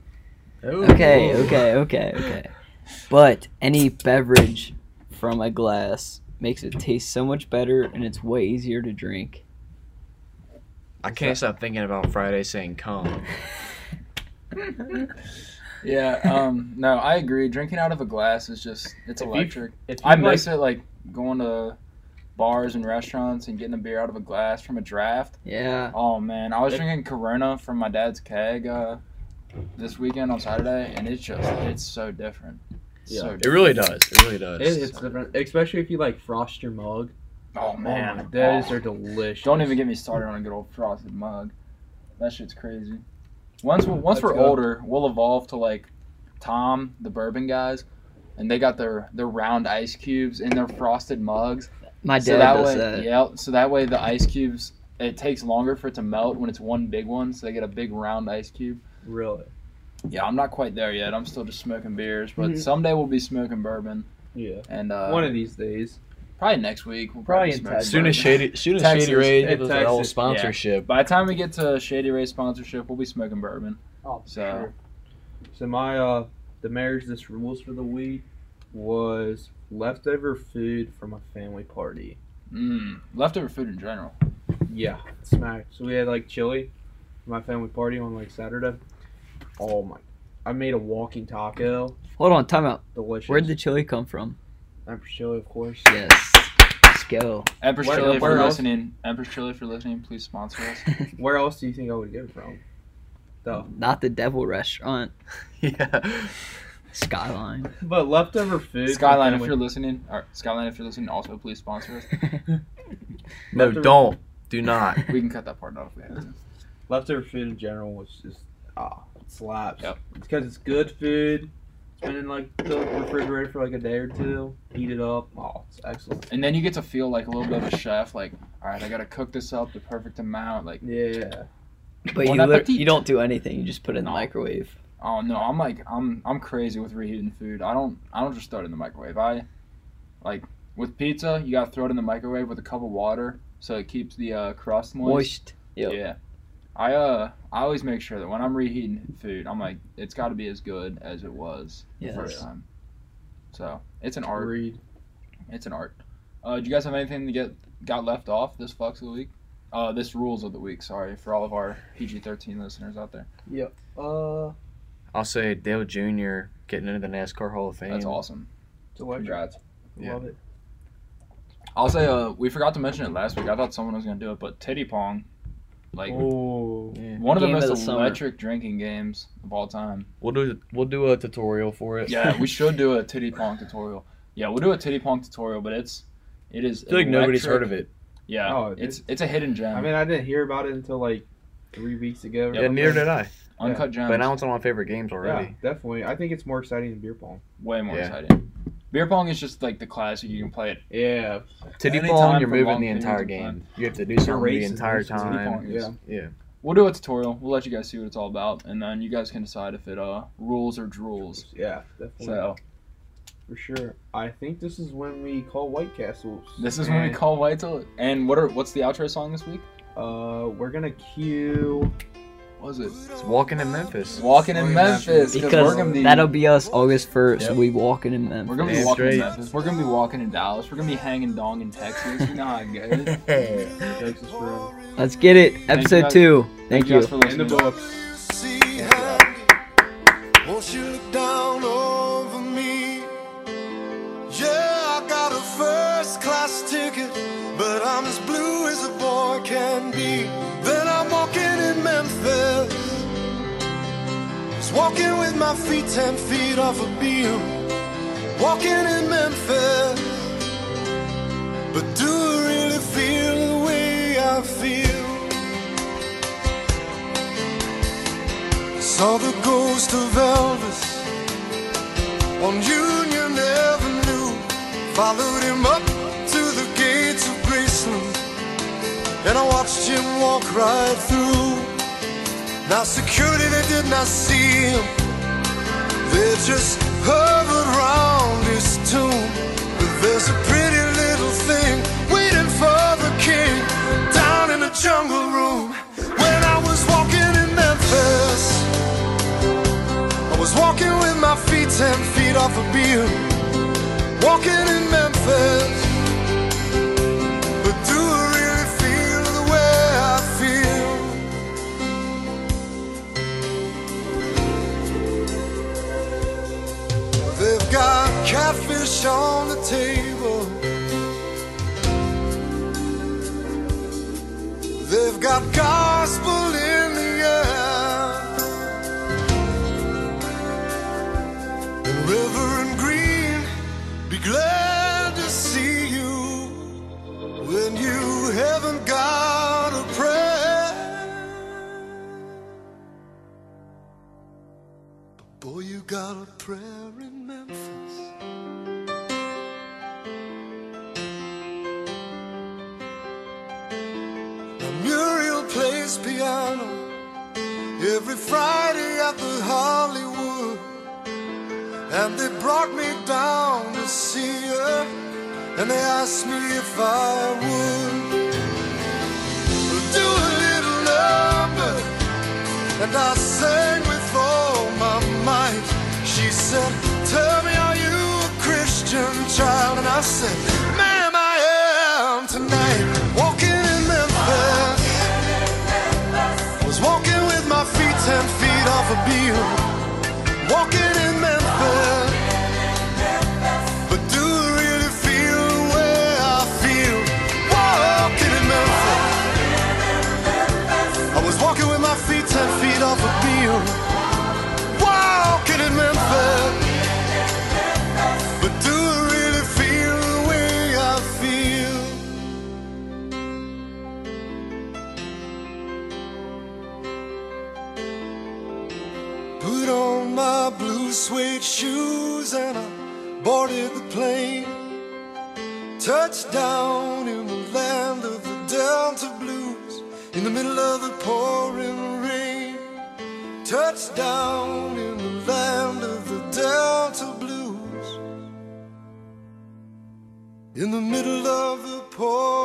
S1: cream?
S4: Okay, okay, okay, okay. But any beverage from a glass makes it taste so much better and it's way easier to
S1: *laughs*
S4: drink.
S5: *laughs* I can't stop thinking about Friday saying come.
S1: Yeah, um, no, I agree. Drinking out of a glass is just it's
S3: If you-
S1: electric.
S3: If you
S1: I
S3: like-
S1: miss it like going to bars and restaurants and getting a beer out of a glass from a draft.
S4: Yeah.
S1: Oh man, I was
S3: If-
S1: drinking Corona from my dad's keg uh, this weekend on Saturday, and it's just it's so different. It's
S3: Yeah.
S1: so
S5: It
S1: different.
S5: really does. It really does.
S3: It- it's different, especially if you like frost your mug.
S1: Oh man,
S3: those
S1: Oh.
S3: are delicious.
S1: Don't even get me started on a good old frosted mug. That shit's crazy. Once we once
S3: Let's
S1: we're
S3: go.
S1: older, we'll evolve to like Tom, the bourbon guys, and they got their their round ice cubes in their frosted mugs.
S4: My dad
S1: so that
S4: does
S1: way,
S4: that.
S1: yeah. So that way the ice cubes it takes longer for it to melt when it's one big one. So they get a big round ice cube.
S3: really.
S1: Yeah, I'm not quite there yet. I'm still just smoking beers, but
S3: Mhm.
S1: someday we'll be smoking bourbon,
S3: Yeah.
S1: and uh,
S3: One of these days.
S1: probably next week we'll
S3: Probably
S1: probably,
S3: in
S1: smoke
S3: Texas.
S5: soon as
S1: bourbon.
S5: Shady, soon as
S1: Texas.
S5: Shady Ray
S3: Hey,
S5: gives us that whole
S3: Texas.
S5: sponsorship.
S1: By the time we get to Shady Ray sponsorship, we'll be smoking bourbon.
S3: Oh,
S1: So-
S3: So my uh, the marriage this rules for the week was leftover food from a family party.
S1: Mm, leftover food in general.
S3: Yeah, smack. So we had like chili, for my family party on like Saturday. Oh my! I made a walking taco.
S4: Hold on, time out.
S3: Delicious.
S4: Where'd the chili come from?
S3: Emperor chili, of course.
S4: Yes. Let's go. *laughs*
S1: Empress
S3: Where-
S1: Chili, if
S3: where
S1: you're
S3: else?
S1: listening, Empress Chili, if you're listening, please sponsor us.
S3: Where else do you think I would get it from? Though.
S4: Not the devil restaurant.
S5: *laughs* yeah.
S1: *laughs*
S4: Skyline.
S3: But leftover food. from
S1: Skyline, if
S3: family-
S1: you're listening, or Skyline, if you're listening, also please sponsor us.
S5: *laughs* No, don't. Do not.
S1: We can cut that part out if we have to.
S3: leftover food in general was just ah it slaps.
S1: Yep.
S3: It's because it's good food. It's been in like the refrigerator for like a day or two. Heat it up. Oh, it's excellent.
S1: And then you get to feel like a little bit of a chef. Like, all right, I gotta cook this up the perfect amount. Like,
S3: Yeah.
S4: *laughs* But you,
S1: Bon
S4: lit-
S1: appetit.
S4: you don't do anything. You just put it in the microwave.
S1: oh no, I'm like, I'm I'm crazy with reheating food. I don't I don't just throw it in the microwave. I, like, with pizza, you gotta throw it in the microwave with a cup of water so it keeps the uh, crust moist.
S4: Moist. Yep.
S1: Yeah. I uh I always make sure that when I'm reheating food, I'm like it's got to be as good as it was the first
S4: Yes.
S1: time. So it's an art.
S3: Read.
S1: It's an art. Uh, do you guys have anything to get got left off this flux of the week? Uh, this rules of the week. Sorry for all of our PG-13 listeners out there.
S3: Uh,
S5: I'll say Dale Jr. getting into the NASCAR Hall of Fame.
S1: That's awesome.
S3: it's electric.
S1: Congrats.
S5: Yeah.
S3: Love it.
S1: I'll say uh we forgot to mention it last week. I thought someone was gonna do it, but Titty Pong, like
S3: Oh.
S5: Yeah.
S1: one of the
S4: Game of
S1: most
S4: the summer.
S1: electric drinking games of all
S5: *laughs*
S1: time.
S5: We'll do we'll do a tutorial for it. *laughs*
S1: Yeah, we should do a titty pong tutorial. Yeah, we'll do a titty pong tutorial, but it's it is.
S5: I feel like nobody's heard of it.
S1: Yeah,
S3: Oh, it
S1: it's it's a hidden gem,
S3: I mean, I didn't hear about it until like three weeks ago. or
S5: Yeah, neither did
S3: something.
S5: I.
S1: uncut gem.
S5: But now it's one of my favorite games already.
S3: Yeah, definitely. I think it's more exciting than beer pong.
S1: way more
S5: Yeah.
S1: exciting. Beer pong is just like the classic. You can play it.
S3: Yeah.
S5: Titty
S1: Anytime
S5: pong, you're
S1: for
S5: moving
S1: long
S5: the
S1: periods
S5: entire
S1: of
S5: game.
S1: time.
S5: You have to do something the
S3: racing,
S5: entire
S3: racing, titty
S1: Titty
S5: time.
S1: pong is.
S3: Yeah.
S5: Yeah.
S1: We'll do a tutorial. We'll let you guys see what it's all about, and then you guys can decide if it uh rules or drools.
S3: Yeah, definitely.
S1: So
S3: For sure. I think this is when we call White Castles.
S1: this is when we
S3: And-
S1: call White Till. And what are what's the outro song this week?
S3: Uh, we're gonna cue.
S1: What was it
S5: It's walking in Memphis.
S1: Walking in Memphis?
S4: Because
S1: we're gonna be
S4: that'll be us August 1st.
S1: Yep.
S4: We walking in them.
S1: we're gonna be
S5: Damn
S1: walking in
S5: straight.
S1: Memphis. We're gonna be walking in Dallas. We're gonna be hanging dong in Texas. You know how it goes.
S3: Texas Room.
S4: Let's get it. Episode
S1: guys.
S4: 2. Thank,
S1: Thank you
S4: you.
S1: guys for
S3: In the
S1: listening.
S3: books.
S2: See how won't you look down over me? Yeah, I got a first class ticket, but I'm as blue as a boy can be. Then I'm walking in Memphis, just walking with my feet ten feet off a beam. Walking in Memphis, but do I really feel the way I feel? Saw the ghost of Elvis on Union Avenue. Followed him up to the gates of Graceland, and I watched him walk right through. Now security they did not see him. They just hovered round his tomb. But there's a pretty little thing waiting for the king down in the jungle room. When I was walking in Memphis, I was walking with my feet ten feet off half a beer, walking in Memphis. But do I really feel the way I feel? They've got catfish on the table. They've got gospel in the air. Reverend Green, be glad to see you when you haven't got a prayer. But boy, you got a prayer in Memphis. The Muriel plays piano every Friday at the Hollywood and they brought me down to see her, and they asked me if I would do a little number, and I sang with all my might. She said, "Tell me, are you a Christian child?" And I said, "Ma'am, I am tonight." Walking in Memphis, was walking with my feet ten feet off a beam walking in Memphis. But do I really feel the way I feel walking in Memphis? I was walking with my feet ten feet off a beam, walking in Memphis. But do I really feel the way I feel? Put on my blue suede shoes and I boarded the plane. Touched down in the land of the Delta Blues in the middle of the pouring rain. Touched down in the land of the Delta Blues in the middle of the pouring